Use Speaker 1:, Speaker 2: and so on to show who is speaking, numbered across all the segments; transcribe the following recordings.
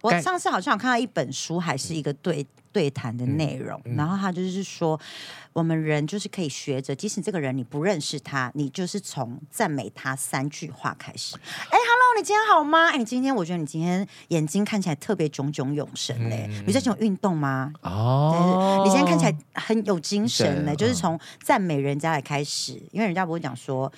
Speaker 1: 我
Speaker 2: 该嗯
Speaker 1: 上次好像有看到一本书，还是一个对对谈的内容，然后他就是说，我们人就是可以学着，即使这个人你不认识他，你就是从赞美他三句话开始。哎，Hello，你今天好吗？哎，你今天我觉得你今天眼睛看起来特别炯炯有神嘞、你最近有运动吗？
Speaker 2: 嗯哦，
Speaker 1: 你今天看起来很有精神呢，就
Speaker 2: 对
Speaker 1: 是从赞美人家来开始，因为人家不会讲说，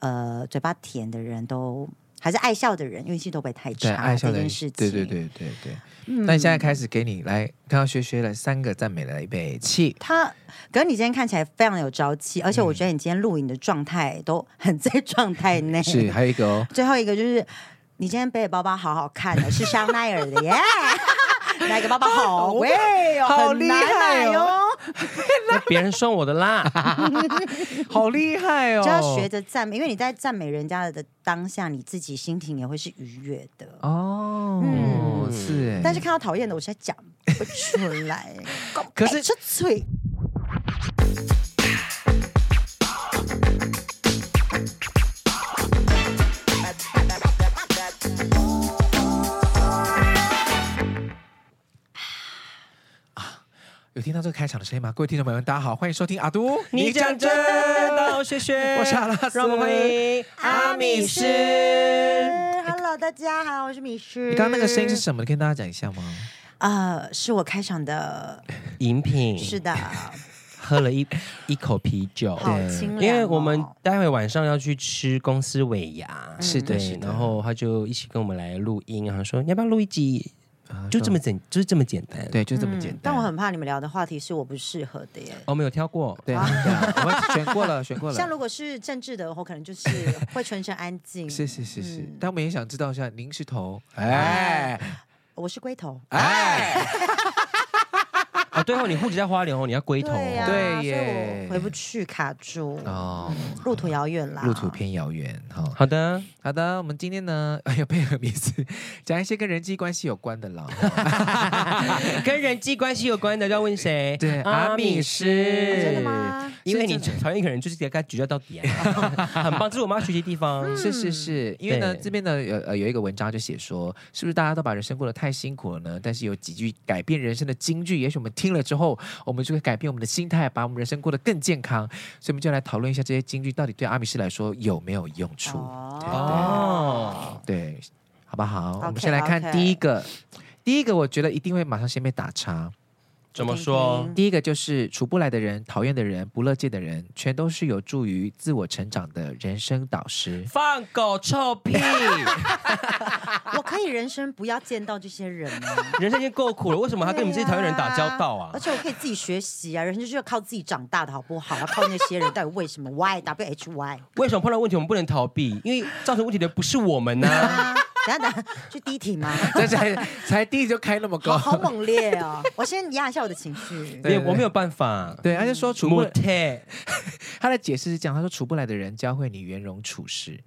Speaker 1: 呃，嘴巴甜的人都还是爱笑的人运气都不会太
Speaker 2: 对
Speaker 1: 差
Speaker 2: 爱
Speaker 1: 这
Speaker 2: 笑的
Speaker 1: 件
Speaker 2: 人
Speaker 1: 事情。嗯
Speaker 2: 对对对对对。那你现在开始给你来，刚刚学学了三个赞美，来预备起。
Speaker 1: 他，可是你今天看起来非常有朝气，而且
Speaker 2: 嗯
Speaker 1: 我觉得你今天录影的状态都很在状态内。
Speaker 2: 是，还有一 个哦，
Speaker 1: 最后一个就是你今天背的包包好好看哦，是香奈儿 的耶。那个包包好贵哦，
Speaker 2: 好
Speaker 1: 很
Speaker 2: 厉
Speaker 1: 难
Speaker 2: 害
Speaker 1: 买
Speaker 2: 哦
Speaker 1: 哦，
Speaker 3: 那别人送我的啦，
Speaker 2: 好厉害哦，
Speaker 1: 就要学着赞美，因为你在赞美人家的当下，你自己心情也会是愉悦的。
Speaker 2: 哦，
Speaker 1: 嗯
Speaker 2: 是哎，
Speaker 1: 但是看到讨厌的，我现在讲不出 来。
Speaker 2: 可是
Speaker 1: 哎这嘴
Speaker 2: 有听到这个开场的声音吗？各位听众朋友们，大家好，欢迎收听阿都，
Speaker 3: 你讲真的，谢谢，
Speaker 2: 我是阿拉斯
Speaker 3: 让我们欢迎阿米斯。
Speaker 1: 啊，Hello，大家好，我是米诗。
Speaker 2: 你刚刚那个声音是什么？你跟大家讲一下吗？
Speaker 1: 呃，是我开场的，
Speaker 3: 饮品
Speaker 1: 是 的，
Speaker 3: 喝了一一口啤酒，
Speaker 1: 好清凉哦
Speaker 3: 因为我们待会晚上要去吃公司尾牙，
Speaker 2: 是的
Speaker 3: 对
Speaker 2: 是的
Speaker 3: 然后他就一起跟我们来录音，然后说你要不要录一集，就这么简，就是这么简单。，
Speaker 2: 啊对，就这么简单。
Speaker 1: 嗯但我很怕你们聊的话题是我不适合的耶。
Speaker 3: 我们哦有挑过，
Speaker 2: 对，我们选过了，选 过
Speaker 1: 像
Speaker 2: 了。
Speaker 1: 如果是政治的，我可能就是 会全程安静。
Speaker 2: 是是是是
Speaker 1: 嗯，
Speaker 2: 但我们也想知道一下，您是头，哎
Speaker 1: 我是龟头。
Speaker 2: 哎，
Speaker 3: 啊，对哦，你户籍在花莲哦，你要龟头
Speaker 1: 对呀、
Speaker 3: 哦，
Speaker 2: 对啊
Speaker 1: 所以
Speaker 2: 耶
Speaker 1: 我回不去，卡住，
Speaker 2: 哦，
Speaker 1: 路途遥远啦。
Speaker 2: 路途偏遥远哈。
Speaker 3: 好的，
Speaker 2: 好的，我们今天呢， 哎呀，配合名字讲一些跟人际关系有关的啦。
Speaker 3: 跟人际关系有关的要问谁？
Speaker 2: 对阿米斯
Speaker 1: 真的吗？
Speaker 3: 因为你
Speaker 2: 是真
Speaker 3: 讨厌一个人，就是给他举到到底啊，很棒，这是我们要学习的地方。
Speaker 2: 是是是，因为呢，
Speaker 3: 嗯对
Speaker 2: 这边呢有呃有一个文章就写说，是不是大家都把人生过得太辛苦了呢？但是有几句改变人生的金句，也许我们听了之后，我们就会改变我们的心态，把我们人生过得更健康。所以我们就来讨论一下这些金句到底对阿米斯来说有没有用处？
Speaker 1: 哦
Speaker 3: 哦，
Speaker 2: 对，好不好
Speaker 1: OK，
Speaker 2: 我们先来看
Speaker 1: OK
Speaker 2: 第一个，第一个我觉得一定会马上先被打叉。
Speaker 3: 怎么说
Speaker 1: 听？听
Speaker 2: 第一个就是处不来的人、讨厌的人、不乐见的人，全都是有助于自我成长的人生导师。
Speaker 3: 放狗臭屁！
Speaker 1: 我可以人生不要见到这些人吗？
Speaker 3: 人生已经够苦了，为什么还跟你们这些讨厌人打交道啊
Speaker 1: 而？且我可以自己学习啊，人就是要靠自己长大的好不好？要靠那些人，到底为什么？Why W H Y？
Speaker 3: 为什么碰到问题我们不能逃避？因为造成问题的不是我们 呢、
Speaker 1: 啊，等一下等一下，去第一题 吗？
Speaker 2: 这才才第一就开那么
Speaker 1: 好
Speaker 2: 高，
Speaker 1: 好猛烈哦！我先压一下我的情 绪。
Speaker 2: 对
Speaker 3: 对，我没有办法。
Speaker 2: 对，他就说处不
Speaker 3: 母贴，
Speaker 2: 他的解释是这样，他说处不来的人教会你圆融处事，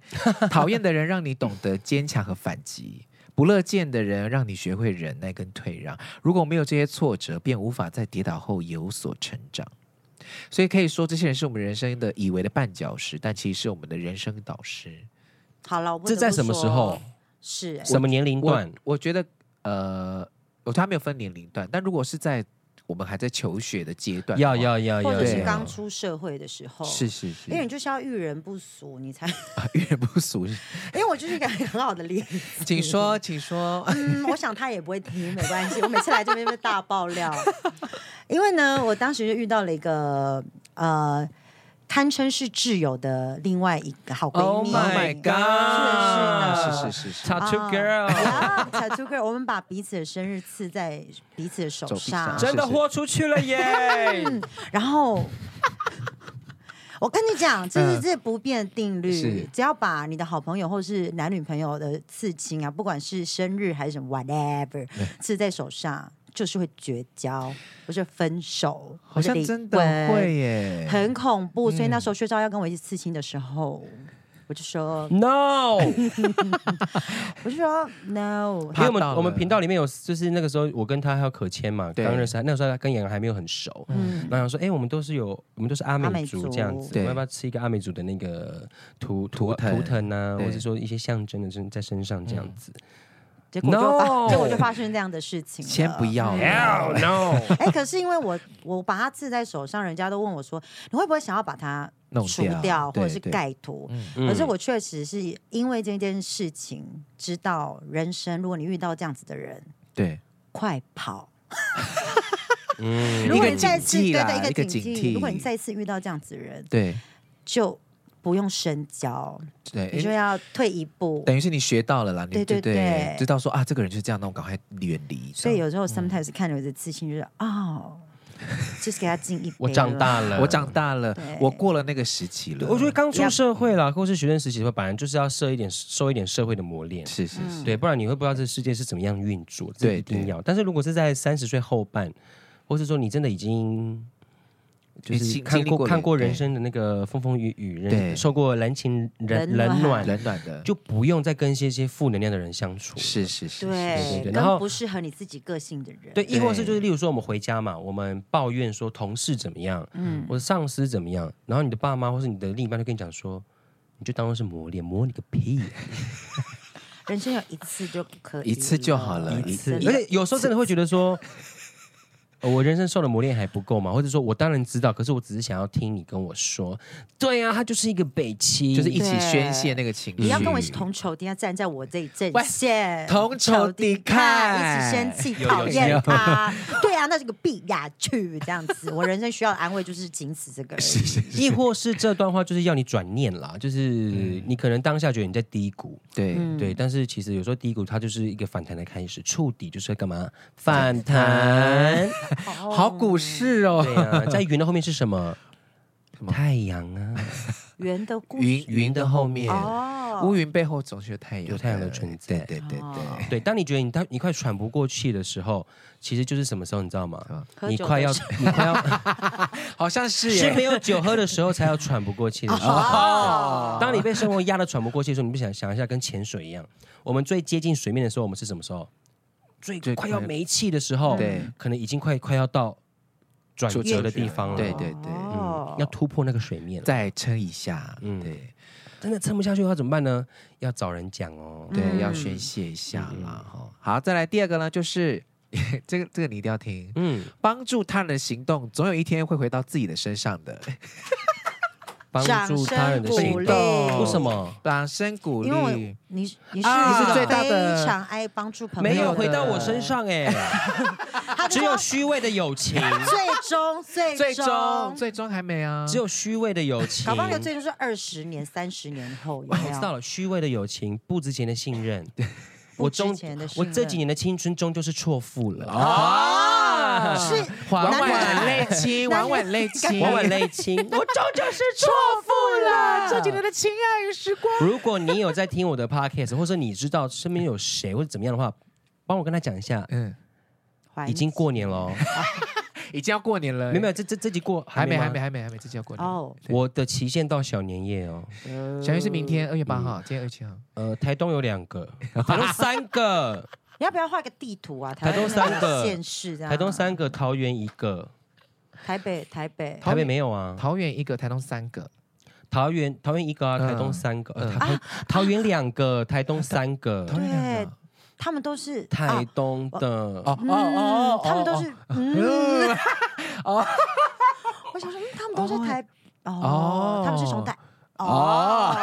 Speaker 2: 讨厌的人让你懂得坚强和反击。不乐见的人让你学会忍耐跟退让。如果没有这些挫折，便无法在跌倒后有所成长。所以可以说，这些人是我们人生的以为的绊脚石，但其实是我们的人生导师。
Speaker 1: 好了，我不得
Speaker 3: 这
Speaker 1: 不
Speaker 3: 在什么时候
Speaker 1: 说？？是哎
Speaker 3: 什么年龄段？
Speaker 2: 我我觉得，呃，我他没有分年龄段，但如果是在我们还在求学的阶段的话，
Speaker 3: 要要要
Speaker 1: 或
Speaker 3: 要
Speaker 1: 者是
Speaker 2: 对
Speaker 3: 要！
Speaker 1: 刚出社会的时候？
Speaker 2: 是。是是
Speaker 1: 哦因，为你就是要遇人不淑，你才，
Speaker 2: 啊 遇人不淑，是
Speaker 1: 因为我就是一个很好的例子。
Speaker 2: 请说，请说。
Speaker 3: Oh
Speaker 1: 嗯，我想他也不会听，没关系。我每次来这边就大爆 料，因为呢，我当时就遇到了一个呃，堪称是挚友的另外一个好闺
Speaker 3: Oh
Speaker 1: 蜜。
Speaker 3: my
Speaker 1: 是的
Speaker 3: god！
Speaker 1: 是的
Speaker 2: 是是是是
Speaker 3: ，Tattoo
Speaker 1: 是
Speaker 3: girl，
Speaker 1: 啊，小猪哥，我们把彼此的生日刺在彼此的手
Speaker 2: 手臂
Speaker 1: 上
Speaker 2: 上，
Speaker 3: 真的
Speaker 2: 是是
Speaker 3: 豁出去了耶！
Speaker 1: 然后。我跟你讲，这是
Speaker 2: 嗯
Speaker 1: 这不变定律
Speaker 2: 是，
Speaker 1: 只要把你的好朋友或是男女朋友的刺青啊，不管是生日还是什么 whatever，刺在手上，就是会绝交，或是分手，
Speaker 2: 好像
Speaker 1: 或是离
Speaker 2: 真的
Speaker 1: 婚
Speaker 2: 会，耶，嗯
Speaker 1: 很恐怖。所以那时候薛昭要跟我一起刺青的时候，我就说，
Speaker 3: No，
Speaker 1: 我就说 no，
Speaker 3: 因
Speaker 2: 怕
Speaker 3: 为我
Speaker 2: 到
Speaker 3: 们
Speaker 2: 了
Speaker 3: 我们频道里面有，就是那个时候我跟他还有可谦嘛，
Speaker 2: 对
Speaker 3: 刚认识他，那时候他跟杨还没有很熟，
Speaker 1: 嗯
Speaker 3: 然后想说，哎、我们都是有，我们都是阿
Speaker 1: 阿美
Speaker 3: 美
Speaker 1: 族
Speaker 3: 族这样子，我
Speaker 2: 对
Speaker 3: 们要不要吃一个阿美族的那个图
Speaker 2: 图腾
Speaker 3: 腾啊，
Speaker 2: 对
Speaker 3: 或者说一些象征的身在身上这样子？
Speaker 1: 结果就发
Speaker 3: No
Speaker 1: 结果就发生这样的事情了。嗯
Speaker 2: 先不要了，
Speaker 3: Hell no！
Speaker 1: 哎、可是因为我我把它刺在手上，人家都问我说，你会不会想要把它
Speaker 2: 弄
Speaker 1: 除掉或者是
Speaker 2: 对对
Speaker 1: 盖图？
Speaker 3: 嗯
Speaker 1: 可是我确实是因为这件事情，知道人生，如果你遇到这样子的人，
Speaker 2: 对
Speaker 1: 快跑！
Speaker 3: 嗯
Speaker 1: 如果
Speaker 2: 一
Speaker 1: 你
Speaker 2: 个
Speaker 1: 再次
Speaker 2: 警
Speaker 1: 对
Speaker 2: 惕啦
Speaker 1: 对
Speaker 2: 一
Speaker 1: 一
Speaker 2: 个
Speaker 1: 个
Speaker 2: 警
Speaker 1: 警
Speaker 2: 惕
Speaker 1: 惕，如果你再次遇到这样子的人，
Speaker 2: 对
Speaker 1: 就不用深交，
Speaker 2: 对，
Speaker 1: 你就
Speaker 2: 诶
Speaker 1: 要退一步。
Speaker 2: 等于是你学到了啦，你
Speaker 1: 对
Speaker 2: 对
Speaker 1: 对对
Speaker 2: 知道说啊，这个人就是这样，那我赶快远离。
Speaker 1: 所以
Speaker 2: 这样
Speaker 1: 有时候 sometimes 看着我的刺青，就是 哦，就是给他敬一杯。
Speaker 3: 我长大了，
Speaker 2: 我长大了
Speaker 1: 对，
Speaker 2: 我过了那个时期了。
Speaker 3: 我觉得刚出
Speaker 1: Yep
Speaker 3: 社会啦，或是学生时期的话，本来就是要受一点受一点社会的磨练，
Speaker 2: 是是
Speaker 1: 嗯
Speaker 2: 是，
Speaker 3: 对，不然你会不知道这世界是怎么样运作，这
Speaker 2: 对
Speaker 3: 一定要。但是如果是在三十岁后半，或是说你真的已经就
Speaker 2: 你
Speaker 3: 是
Speaker 2: 经
Speaker 3: 看
Speaker 2: 经历过
Speaker 3: 过
Speaker 2: 了
Speaker 3: 看过人
Speaker 2: 对
Speaker 3: 生的那个风风雨雨，
Speaker 2: 对
Speaker 3: 人受过人情人
Speaker 1: 冷暖
Speaker 3: 冷暖，
Speaker 2: 冷暖的，
Speaker 3: 就不用再跟一些一些负能量的人相处。
Speaker 2: 是是是，
Speaker 3: 是
Speaker 1: 对
Speaker 3: 对，然后
Speaker 1: 跟不适合你自己个性的人，
Speaker 3: 对，亦或是就
Speaker 2: 对
Speaker 3: 是例如说我们回家嘛，我们抱怨说同事怎么样，
Speaker 1: 嗯，
Speaker 3: 我的上司怎么样，然后你的爸妈或是你的另一半就跟你讲说，你就当做是磨练，磨你个屁！啊
Speaker 1: 人生有一次就可以，
Speaker 2: 一次就好了一次
Speaker 1: 真
Speaker 3: 而
Speaker 1: 的
Speaker 3: 且有时候真的会觉得说，呃我人生受的磨练还不够嘛，或者说我当然知道，可是我只是想要听你跟我说，对呀、他就是一个北七，
Speaker 2: 就是一起宣泄那个情绪。
Speaker 1: 你要跟我是同仇敌忾，站在我这一阵
Speaker 2: 嗯喂
Speaker 1: 线，
Speaker 2: 同仇敌忾
Speaker 1: 忾一起生气，
Speaker 3: 有
Speaker 1: 讨
Speaker 3: 有
Speaker 1: 厌他。对啊，那是个必呀去这样子。我人生需要的安慰就是仅此这个而已。
Speaker 3: 亦或是这段话就是要你转念啦，就是你可能当下觉得你在低谷，
Speaker 2: 对，
Speaker 1: 嗯
Speaker 3: 对，但是其实有时候低谷它就是一个反弹的开始，触底就是要干嘛？反弹。
Speaker 2: 好股市哦，
Speaker 3: 对啊，在云的后面是什么？太阳啊，
Speaker 1: 圆的故
Speaker 2: 云
Speaker 1: 事
Speaker 2: 云的后面，
Speaker 1: 哦
Speaker 2: 乌云背后总是有太阳，
Speaker 3: 有太阳的存在
Speaker 2: 对对对
Speaker 1: 哦
Speaker 2: 对，
Speaker 3: 对，当你觉得你当你快喘不过气的时候，其实就是什么时候，你知道吗？
Speaker 1: 喝
Speaker 3: 你
Speaker 1: 酒
Speaker 3: 快
Speaker 1: 的
Speaker 3: 要
Speaker 1: 时
Speaker 3: 你快 要
Speaker 2: 好像是
Speaker 3: 是没
Speaker 2: 耶。
Speaker 3: 有酒喝的时候才要喘不过气的 时候。
Speaker 1: 哦，
Speaker 3: 当你被生活压得喘不过气的时候，你不想想一下，跟潜水一样，我们最接近水面的时候，我们是什么时候？最
Speaker 2: 最
Speaker 3: 快要
Speaker 2: 快
Speaker 3: 没气的时候，
Speaker 2: 对，
Speaker 3: 可能已经快快要到 转
Speaker 2: 转
Speaker 3: 折的
Speaker 2: 折
Speaker 3: 地方了，
Speaker 2: 对对对
Speaker 1: 哦
Speaker 3: 嗯，要突破那个水面了。
Speaker 2: 再撑一下，
Speaker 3: 嗯
Speaker 2: 对
Speaker 3: 真的撑不下去的话怎么办呢？要找人讲哦。
Speaker 2: 对，
Speaker 1: 嗯
Speaker 2: 要宣泄一下
Speaker 3: 嗯
Speaker 2: 啦。哈，好，再来第二个呢，就是这个这个你一定要听，
Speaker 3: 嗯，
Speaker 2: 帮助他人的行动，总有一天会回到自己的身上的。
Speaker 3: 帮助他人的
Speaker 1: 掌声
Speaker 3: 行
Speaker 1: 鼓
Speaker 3: 动，
Speaker 1: 励
Speaker 3: 为什么？
Speaker 2: 掌声鼓
Speaker 1: 因为我
Speaker 2: 励，
Speaker 1: 你你是
Speaker 2: 啊
Speaker 1: 一
Speaker 2: 你是
Speaker 1: 个
Speaker 2: 最大的
Speaker 1: 非常爱帮助朋友的
Speaker 3: 没
Speaker 1: 人，
Speaker 3: 有回到我身上哎、
Speaker 1: 他就
Speaker 3: 只
Speaker 1: 说，
Speaker 3: 有虚伪的友 情，
Speaker 1: 最终最
Speaker 2: 最终
Speaker 1: 终，
Speaker 2: 最终还没啊，
Speaker 3: 只有虚伪的友情。
Speaker 1: 搞不好那个最终是二十年、三十年后，有
Speaker 3: 我
Speaker 1: 没
Speaker 3: 知道
Speaker 1: 有？
Speaker 3: 了，虚伪的友情，不值钱的信任。
Speaker 1: 不
Speaker 3: 我
Speaker 1: 值
Speaker 3: 中
Speaker 1: 钱的信
Speaker 3: 我
Speaker 1: 任
Speaker 3: 这几年的青春终究是错付了，
Speaker 2: 哦
Speaker 1: 啊，是
Speaker 2: 晚
Speaker 1: 难
Speaker 2: 晚
Speaker 1: 怪
Speaker 2: 泪清，
Speaker 1: 难
Speaker 2: 晚晚泪清，
Speaker 3: 我晚泪清。我终究 是错付了。
Speaker 2: 这几年的情爱与时光。
Speaker 3: 如果你有在听我的 podcast，或者你知道身边有谁或者怎么样的话，帮我跟他讲一下。
Speaker 2: 嗯，
Speaker 1: 环
Speaker 3: 已经过年了哦，
Speaker 2: 已经要过年了，
Speaker 3: 没有没有，这这这集过
Speaker 2: 还没
Speaker 3: 吗
Speaker 2: 还没还没还没，这就要过年。
Speaker 1: 哦，
Speaker 3: 我的期限到小年夜哦，
Speaker 2: 小月是明天二月八号，今天二月七号。
Speaker 3: 呃，台东有两 个，台东三 个，
Speaker 1: 你要不要画个地图啊？
Speaker 3: 台东
Speaker 1: 湾
Speaker 3: 三
Speaker 1: 那
Speaker 3: 个
Speaker 1: 县市这样，
Speaker 3: 台东三个，桃园一个，
Speaker 1: 台北台北
Speaker 3: 台北没有啊，
Speaker 2: 桃园一个，台东三个，
Speaker 3: 桃园桃园一个啊，
Speaker 2: 嗯
Speaker 3: 台东三个，呃
Speaker 2: 嗯
Speaker 3: 桃桃园两个，台东三 个，
Speaker 2: 桃园两个。
Speaker 1: 他们都是
Speaker 3: 台
Speaker 1: 啊
Speaker 3: 东的
Speaker 2: 哦哦
Speaker 1: 嗯
Speaker 2: 哦，
Speaker 1: 他们都是嗯，
Speaker 3: 哦
Speaker 1: 我想说嗯他们都是台
Speaker 2: 哦
Speaker 1: 哦，他们是从台哦，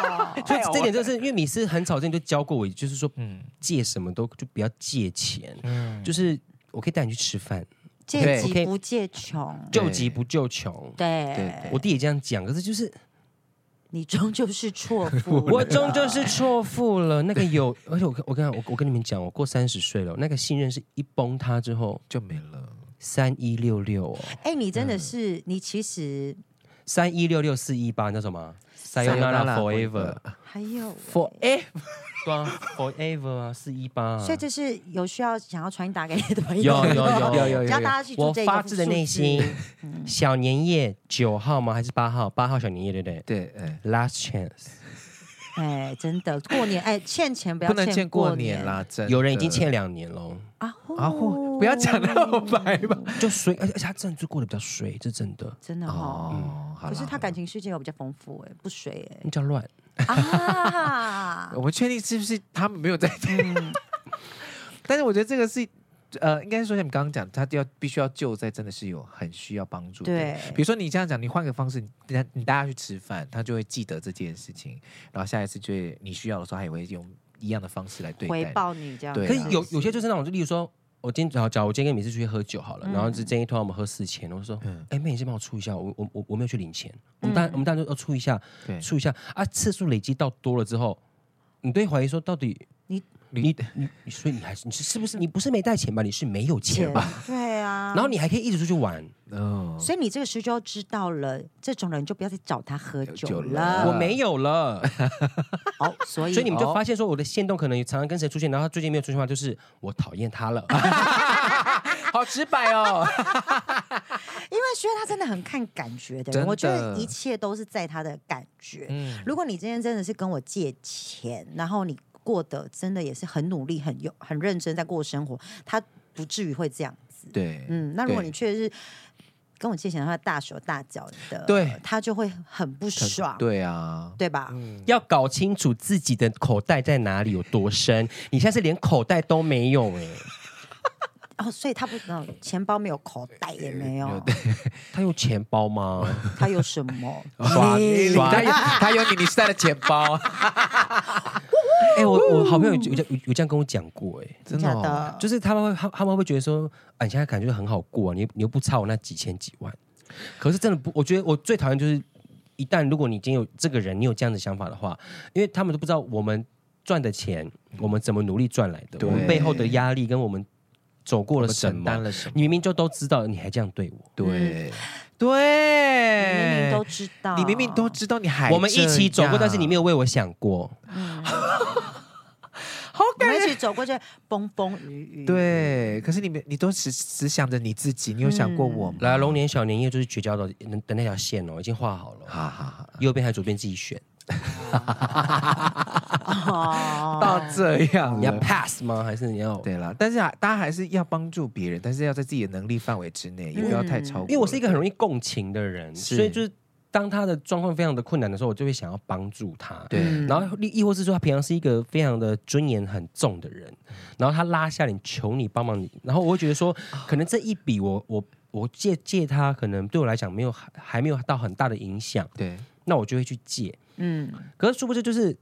Speaker 3: 所
Speaker 2: 哎
Speaker 3: 以这点就是，因为你是很早之前就教过我，就是说
Speaker 2: 嗯
Speaker 3: 借什么都就不要借钱，
Speaker 2: 嗯，
Speaker 3: 就是我可以带你去吃饭，
Speaker 1: 借
Speaker 2: 对
Speaker 1: 急
Speaker 3: ，OK
Speaker 1: 不借穷，
Speaker 2: 对
Speaker 3: 救急不救穷。
Speaker 1: 对，
Speaker 3: 我弟也这样讲，可是就是
Speaker 1: 你终究是 错付了，
Speaker 3: 我终究是错付了那个 有，而且我跟我跟我我跟你们讲，我过三十岁了，那个信任是一崩塌之后
Speaker 2: 就没了。
Speaker 3: 三一六六哦，
Speaker 1: 哎，你真的是你其实
Speaker 3: 三一六六四一八那什么，Sayonara Forever，
Speaker 1: 还有欸
Speaker 3: forever，对啊，forever 啊，四一八啊
Speaker 1: 所以，这是有需要想要传达给你的朋
Speaker 3: 有
Speaker 1: 友，
Speaker 3: 有有
Speaker 2: 有有有
Speaker 1: 让大家去
Speaker 3: 我
Speaker 1: 做这个
Speaker 3: 发自的内心，小年夜九号吗？还是八号？八号小年夜对不对
Speaker 2: 对，哎，
Speaker 3: ？Last chance，
Speaker 1: 哎，真的过年哎，欠钱不要
Speaker 2: 不能欠
Speaker 1: 过
Speaker 2: 过年啦，真的
Speaker 3: 有人已经欠两年了，
Speaker 1: 啊！
Speaker 2: 啊，
Speaker 1: 呼
Speaker 2: 或不要讲那么白吧。
Speaker 3: 就衰，而且而且他真的就过得比较衰，这真的，
Speaker 1: 真的哦。
Speaker 2: 哦，好
Speaker 1: 可是
Speaker 2: 啦
Speaker 1: 他感情世界有比较丰富哎，不水
Speaker 3: 那叫乱。
Speaker 1: 哎啊！嗯
Speaker 2: 我们确定是不是他们没有在听？但是我觉得这个是，呃，应该是说像你刚刚讲，他要必须要救在真的是有很需要帮助的人。
Speaker 1: 对，
Speaker 2: 比如说你这样讲，你换个方式，你带你带他去吃饭，他就会记得这件事情，然后下一次就会你需要的时候，他也会用一样的方式来对
Speaker 1: 回
Speaker 2: 待。
Speaker 1: 报你这样子。
Speaker 2: 对
Speaker 3: 可
Speaker 2: 啊
Speaker 3: 是有有些就是那种，就例如说，我今天好，假如我今天跟你是出去喝酒好了，
Speaker 1: 嗯
Speaker 3: 然后就建议托我们喝四千，我就说，
Speaker 2: 嗯，
Speaker 3: 哎、妹，你先帮我出一下，我我我我没有去领钱，我们当然我们当然就要出一下，
Speaker 2: 对，
Speaker 3: 出一下啊，次数累积到多了之后，你对怀疑说到底
Speaker 1: 你
Speaker 3: 你你你所以你还是你是是不是你不是没带钱吧？你是没有钱吧？
Speaker 1: 对啊，
Speaker 3: 然后你还可以一直出去玩，
Speaker 2: 嗯，
Speaker 1: 所以你这个时候就要知道了，这种人就不要再找他喝
Speaker 2: 酒
Speaker 1: 酒
Speaker 2: 了
Speaker 1: 了。
Speaker 3: 我没有了，
Speaker 1: 好，所以
Speaker 3: 所以你们就
Speaker 2: 哦
Speaker 3: 发现说我的线动可能常常跟谁出现，然后他最近没有出现的话，就是我讨厌他了，好直白哦。
Speaker 1: 因为薛他真的很看感觉的
Speaker 2: 真
Speaker 1: 人，
Speaker 2: 的
Speaker 1: 我觉得一切都是在他的感觉。
Speaker 2: 嗯
Speaker 1: 如果你今天真的是跟我借钱，然后你过得真的也是很努力、很用、很认真在过生活，他不至于会这样子。
Speaker 2: 对，
Speaker 1: 嗯，那如果
Speaker 2: 对
Speaker 1: 你确实是跟我借钱的话，大手大脚的，
Speaker 2: 对
Speaker 1: 他就会很不爽，
Speaker 2: 对啊，
Speaker 1: 对吧？
Speaker 3: 要搞清楚自己的口袋在哪里有多深，你现在是连口袋都没有哎、
Speaker 1: 哦，所以他不，哦钱包没有，口袋也没 有，
Speaker 3: 他有钱包吗？
Speaker 1: 他有什么？
Speaker 2: 耍你，
Speaker 3: 耍
Speaker 2: 他有他有你，你是带了钱包，
Speaker 3: 哎、我我好朋友有有这样有有这样跟我讲过哎、
Speaker 2: 真
Speaker 1: 假
Speaker 2: 哦
Speaker 1: 的，
Speaker 3: 就是他们会他他们会觉得说，啊，你现在感觉很好过、啊，你你又不差我那几千几万。可是真的不，我觉得我最讨厌就是，一旦如果你今天有这个人，你有这样的想法的话，因为他们都不知道我们赚的钱，我们怎么努力赚来的，
Speaker 2: 对
Speaker 3: 我们背后的压力跟我们走过
Speaker 2: 我
Speaker 3: 了
Speaker 2: 们
Speaker 3: 什
Speaker 2: 承担
Speaker 3: 么，
Speaker 2: 了什么？
Speaker 3: 你明明就都知道，你还这样对我。
Speaker 2: 对
Speaker 1: 你
Speaker 2: 对，
Speaker 1: 嗯明明都知道，
Speaker 2: 你明明都知道，你还
Speaker 3: 我们一起走过，但是你没
Speaker 2: 有
Speaker 3: 有为我想过。
Speaker 2: 好
Speaker 1: 嗯我们一起走过去，风风雨雨，，
Speaker 2: 对，可是你们你都只只想着你自己，你有想过我吗？
Speaker 1: 嗯
Speaker 3: 来，龙年小年夜就是绝交的的的那条线哦，已经画好了，
Speaker 2: 好好好，
Speaker 3: 右边还是左边自己选。
Speaker 1: 哦，
Speaker 2: 到这样
Speaker 3: 你要
Speaker 2: 了。
Speaker 3: pass 吗？还是你要？
Speaker 2: 对了，但是啊，大家还是要帮助别人，但是要在自己的能力范围之内，也不要太超过了。
Speaker 3: 嗯因为我是一个很容易共情的人，
Speaker 2: 是
Speaker 3: 所以就是当他的状况非常的困难的时候，我就会想要帮助他。
Speaker 2: 对
Speaker 1: 嗯
Speaker 3: 然后亦亦或是说他平常是一个非常的尊严很重的人，然后他拉下你求你帮忙你，然后我会觉得说，
Speaker 2: 啊
Speaker 3: 可能这一笔我我我借借他，可能对我来讲没有还还没有到很大的影响，
Speaker 2: 对
Speaker 3: 那我就会去借。
Speaker 1: 嗯，
Speaker 3: 可是殊不知就是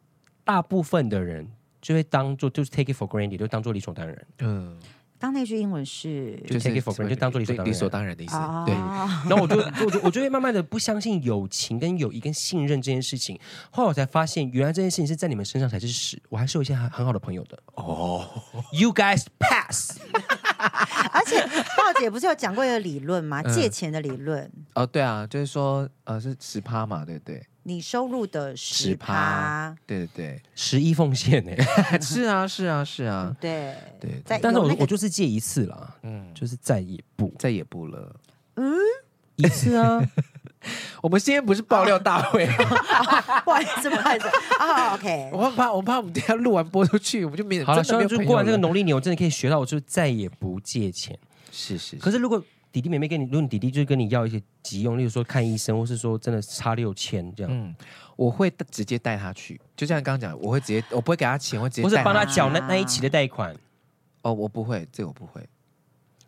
Speaker 3: 大部分的人就会当做就是 take it for granted，就当做理所当然。
Speaker 2: 嗯，
Speaker 1: 刚那句英文是
Speaker 3: 就 take it for granted，就当作理所
Speaker 2: 对
Speaker 3: 当
Speaker 2: 理
Speaker 3: 然
Speaker 2: 所当然的意思。对，
Speaker 1: 哦
Speaker 3: 然后我就我就我就会慢慢的不相信友情跟友谊跟信任这件事情。后来我才发现，原来这件事情是在你们身上才是屎。我还是有一些很很好的朋友的。
Speaker 2: 哦，
Speaker 3: You guys pass，
Speaker 1: 而且鲍姐不是有讲过一个理论吗？借钱的理论，
Speaker 2: 哦，对啊，就是说，呃，是十趴嘛，对不对？
Speaker 1: 你收入的十
Speaker 2: 10%
Speaker 1: 趴，
Speaker 2: 对对
Speaker 3: 十一奉献呢、欸。
Speaker 2: 对， 是啊，是啊，是啊，
Speaker 1: 对
Speaker 2: 对
Speaker 1: 在
Speaker 3: 但是我
Speaker 1: 有那个
Speaker 3: 我就是借一次啦，
Speaker 2: 嗯，
Speaker 3: 就是再也不
Speaker 2: 再也不了。
Speaker 3: 一次啊。
Speaker 2: 我们今天不是爆料大会，
Speaker 1: 不好意思，不好意思，啊，OK，
Speaker 2: 我怕我怕我们等一下录完播出去，我们就没有
Speaker 3: 好了，希
Speaker 2: 真的
Speaker 3: 望
Speaker 2: 没
Speaker 3: 就
Speaker 2: 有
Speaker 3: 过完这个
Speaker 2: 朋友了
Speaker 3: 农历年，我真的可以学到，我就再也不借钱。
Speaker 2: 是是，
Speaker 3: 可
Speaker 2: 是
Speaker 3: 是如果弟弟妹妹跟你，如果你弟弟就跟你要一些急用，例如说看医生，或是说真的差六千这样，
Speaker 2: 嗯，我会直接带他去，就像刚刚讲，我会直接，我不会给他啊钱，我会嗯直接
Speaker 3: 或是
Speaker 2: 带
Speaker 3: 帮他
Speaker 2: 去
Speaker 3: 缴那那一期的贷款。
Speaker 2: 哦，我不会，这个我不会。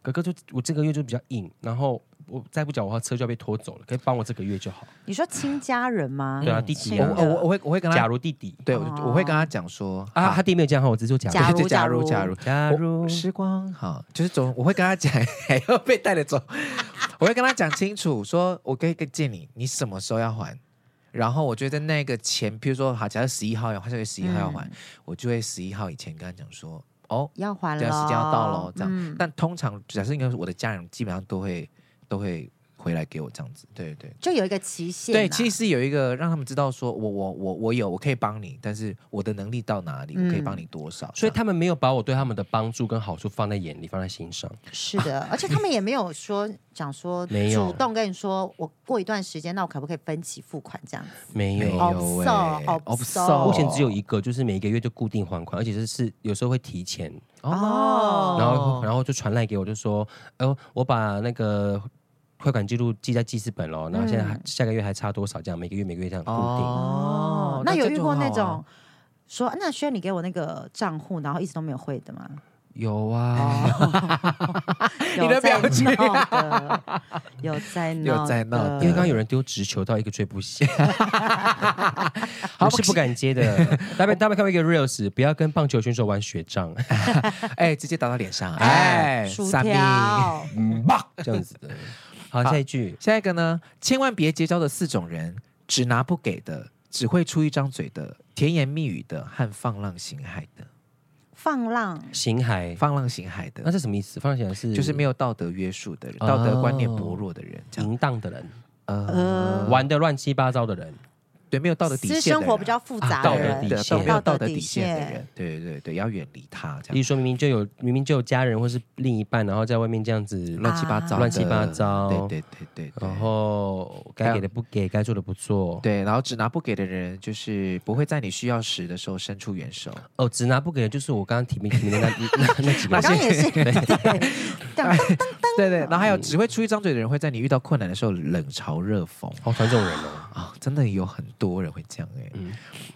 Speaker 3: 哥哥就我这个月就比较硬，然后我再不缴的话，车就要被拖走了，可以帮我这个月就好。
Speaker 1: 你说亲家人吗？
Speaker 3: 对啊，弟弟
Speaker 1: 是
Speaker 2: 我
Speaker 3: 啊
Speaker 1: 的，
Speaker 2: 我我我会我会跟
Speaker 3: 假
Speaker 2: 他，
Speaker 3: 如弟弟
Speaker 2: 对，我就我会跟他讲说
Speaker 3: 啊，
Speaker 2: 好
Speaker 3: 他弟没有这样哈，我只是说 假
Speaker 1: 假
Speaker 3: 如
Speaker 1: 如
Speaker 2: 就假如假
Speaker 1: 假
Speaker 2: 如
Speaker 1: 如
Speaker 3: 假如
Speaker 2: 我时光好，就是总我会跟他讲，还要被带着走，我会跟他讲清楚，说我可以借你，你什么时候要还？然后我觉得那个钱，譬如说好，假设十一号要还，下个月十一号要还，
Speaker 3: 嗯
Speaker 2: 我就会十一号以前跟他讲说，哦，
Speaker 1: 要还了，
Speaker 2: 这样时间要到喽，这样。
Speaker 1: 嗯
Speaker 2: 但通常假设应该是我的家人基本上都会都会回来给我这样子，对对。
Speaker 1: 就有一个期限啊，
Speaker 2: 对，其实有一个让他们知道说，我我我我有，我可以帮你，但是我的能力到哪里，我可以帮你
Speaker 1: 嗯
Speaker 2: 多少。
Speaker 3: 所
Speaker 2: 这
Speaker 3: 以
Speaker 2: 样
Speaker 3: 他们没有把我对他们的帮助跟好处放在眼里，放在心上。
Speaker 1: 是的，而且他们也没有说讲说
Speaker 3: 没有
Speaker 1: 主动跟你说，我过一段时间，那我可不可以分期付款这样子？
Speaker 3: 没有，欸
Speaker 2: 没
Speaker 1: 哦
Speaker 2: 有
Speaker 1: 瘦
Speaker 2: 哎、
Speaker 1: 哦
Speaker 2: 哦不
Speaker 1: 瘦
Speaker 2: 瘦
Speaker 3: 目前只有一个，就是每个月就固定还款，而且就是有时候会提前，
Speaker 2: 哦，
Speaker 3: 然后然后就传来给我，就说，哦，我把那个。汇款记录记在记事本咯，然后现在还、下个月还差多少？这样每个月每个月这样固
Speaker 2: 嗯
Speaker 3: 定。
Speaker 2: 哦
Speaker 1: 哦，那有
Speaker 2: 这
Speaker 1: 遇
Speaker 2: 就
Speaker 1: 过那
Speaker 2: 好啊
Speaker 1: 种说，那轩你给我那个账户，然后一直都没有汇的吗？
Speaker 2: 有啊，
Speaker 1: 哦
Speaker 2: 你的表情
Speaker 1: 有在闹的，有 在闹的，
Speaker 2: 有在闹的
Speaker 3: 因为刚刚有人丢直球到一个追 不醒，
Speaker 2: 好
Speaker 3: 我是不敢接的。大家大家看过一个 reels，不要跟棒球选手玩雪仗，
Speaker 2: 哎，直接打到脸上，
Speaker 1: 哎
Speaker 2: 哎，
Speaker 1: 薯
Speaker 2: 傻逼
Speaker 1: 条，
Speaker 3: 嗯吧这样子的。好，下一句，
Speaker 2: 下一个呢，千万别结交的四种人：只拿不给的，只会出一张嘴的，甜言蜜语的，和放浪形骸的。
Speaker 1: 放浪，
Speaker 3: 形骸，
Speaker 2: 放浪形骸
Speaker 3: 那
Speaker 2: 的，
Speaker 3: 这什么意思？放显是
Speaker 2: 就是没有道德约束的人，道德观念
Speaker 3: 哦
Speaker 2: 薄弱的人，这样
Speaker 3: 淫荡的人，
Speaker 2: 呃，
Speaker 1: 呃，
Speaker 3: 玩的乱七八糟的人，
Speaker 2: 对，没有 道德底线
Speaker 1: 私
Speaker 2: 的人，
Speaker 1: 生活比较复杂的
Speaker 3: 啊道德
Speaker 1: 人，
Speaker 3: 底
Speaker 2: 的，
Speaker 3: 线嗯
Speaker 2: 没有
Speaker 1: 道
Speaker 2: 道
Speaker 1: 德
Speaker 2: 德底
Speaker 1: 底
Speaker 2: 线的
Speaker 1: 线
Speaker 2: 人，，对对对，要远离他，这
Speaker 3: 例
Speaker 2: 样
Speaker 3: 如说明明就有明明就有家人或是另一半，然后在外面这样子，
Speaker 2: 乱七八糟的，
Speaker 3: 乱七八糟哦
Speaker 2: 对对对对对，
Speaker 3: 然后该给的不给，该做的不做。
Speaker 2: 对，然后只拿不给的人，就是不会在你需要时的时候伸出援手。
Speaker 3: 哦，只拿不给的就是我刚刚提名提名的那那那几
Speaker 1: 我刚
Speaker 3: 个
Speaker 1: 刚
Speaker 3: 人。
Speaker 1: 也是，对， 当当当嗯
Speaker 2: 对对，然后还有只会出一张嘴的人，会在你遇到困难的时候冷嘲热讽。
Speaker 3: 好讨厌这种人哦。
Speaker 2: 啊、真的有很多人会这样哎、
Speaker 3: 嗯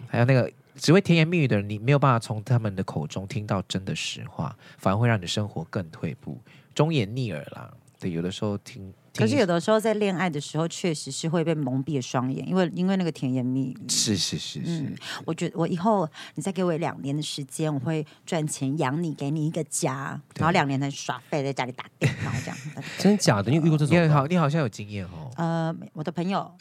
Speaker 2: 还有那个只会甜言蜜语的人，你没有办法从他们的口中听到真的实话，反而会让你生活更退步，忠言逆耳啦。对，有的时候听，听
Speaker 1: 可是有的时候在恋爱的时候，确实是会被蒙蔽了双眼，因为因为那个甜言蜜语。
Speaker 2: 是是是是，
Speaker 1: 嗯，我觉得我以后你再给我两年的时间，我会赚钱养你，给你一个家，然后两年才耍废，在家里打电脑这样。
Speaker 3: 真的假的？你有遇过这种
Speaker 2: 你
Speaker 3: 吗？
Speaker 2: 好，你好像有经验哦。
Speaker 1: 呃，我的朋友，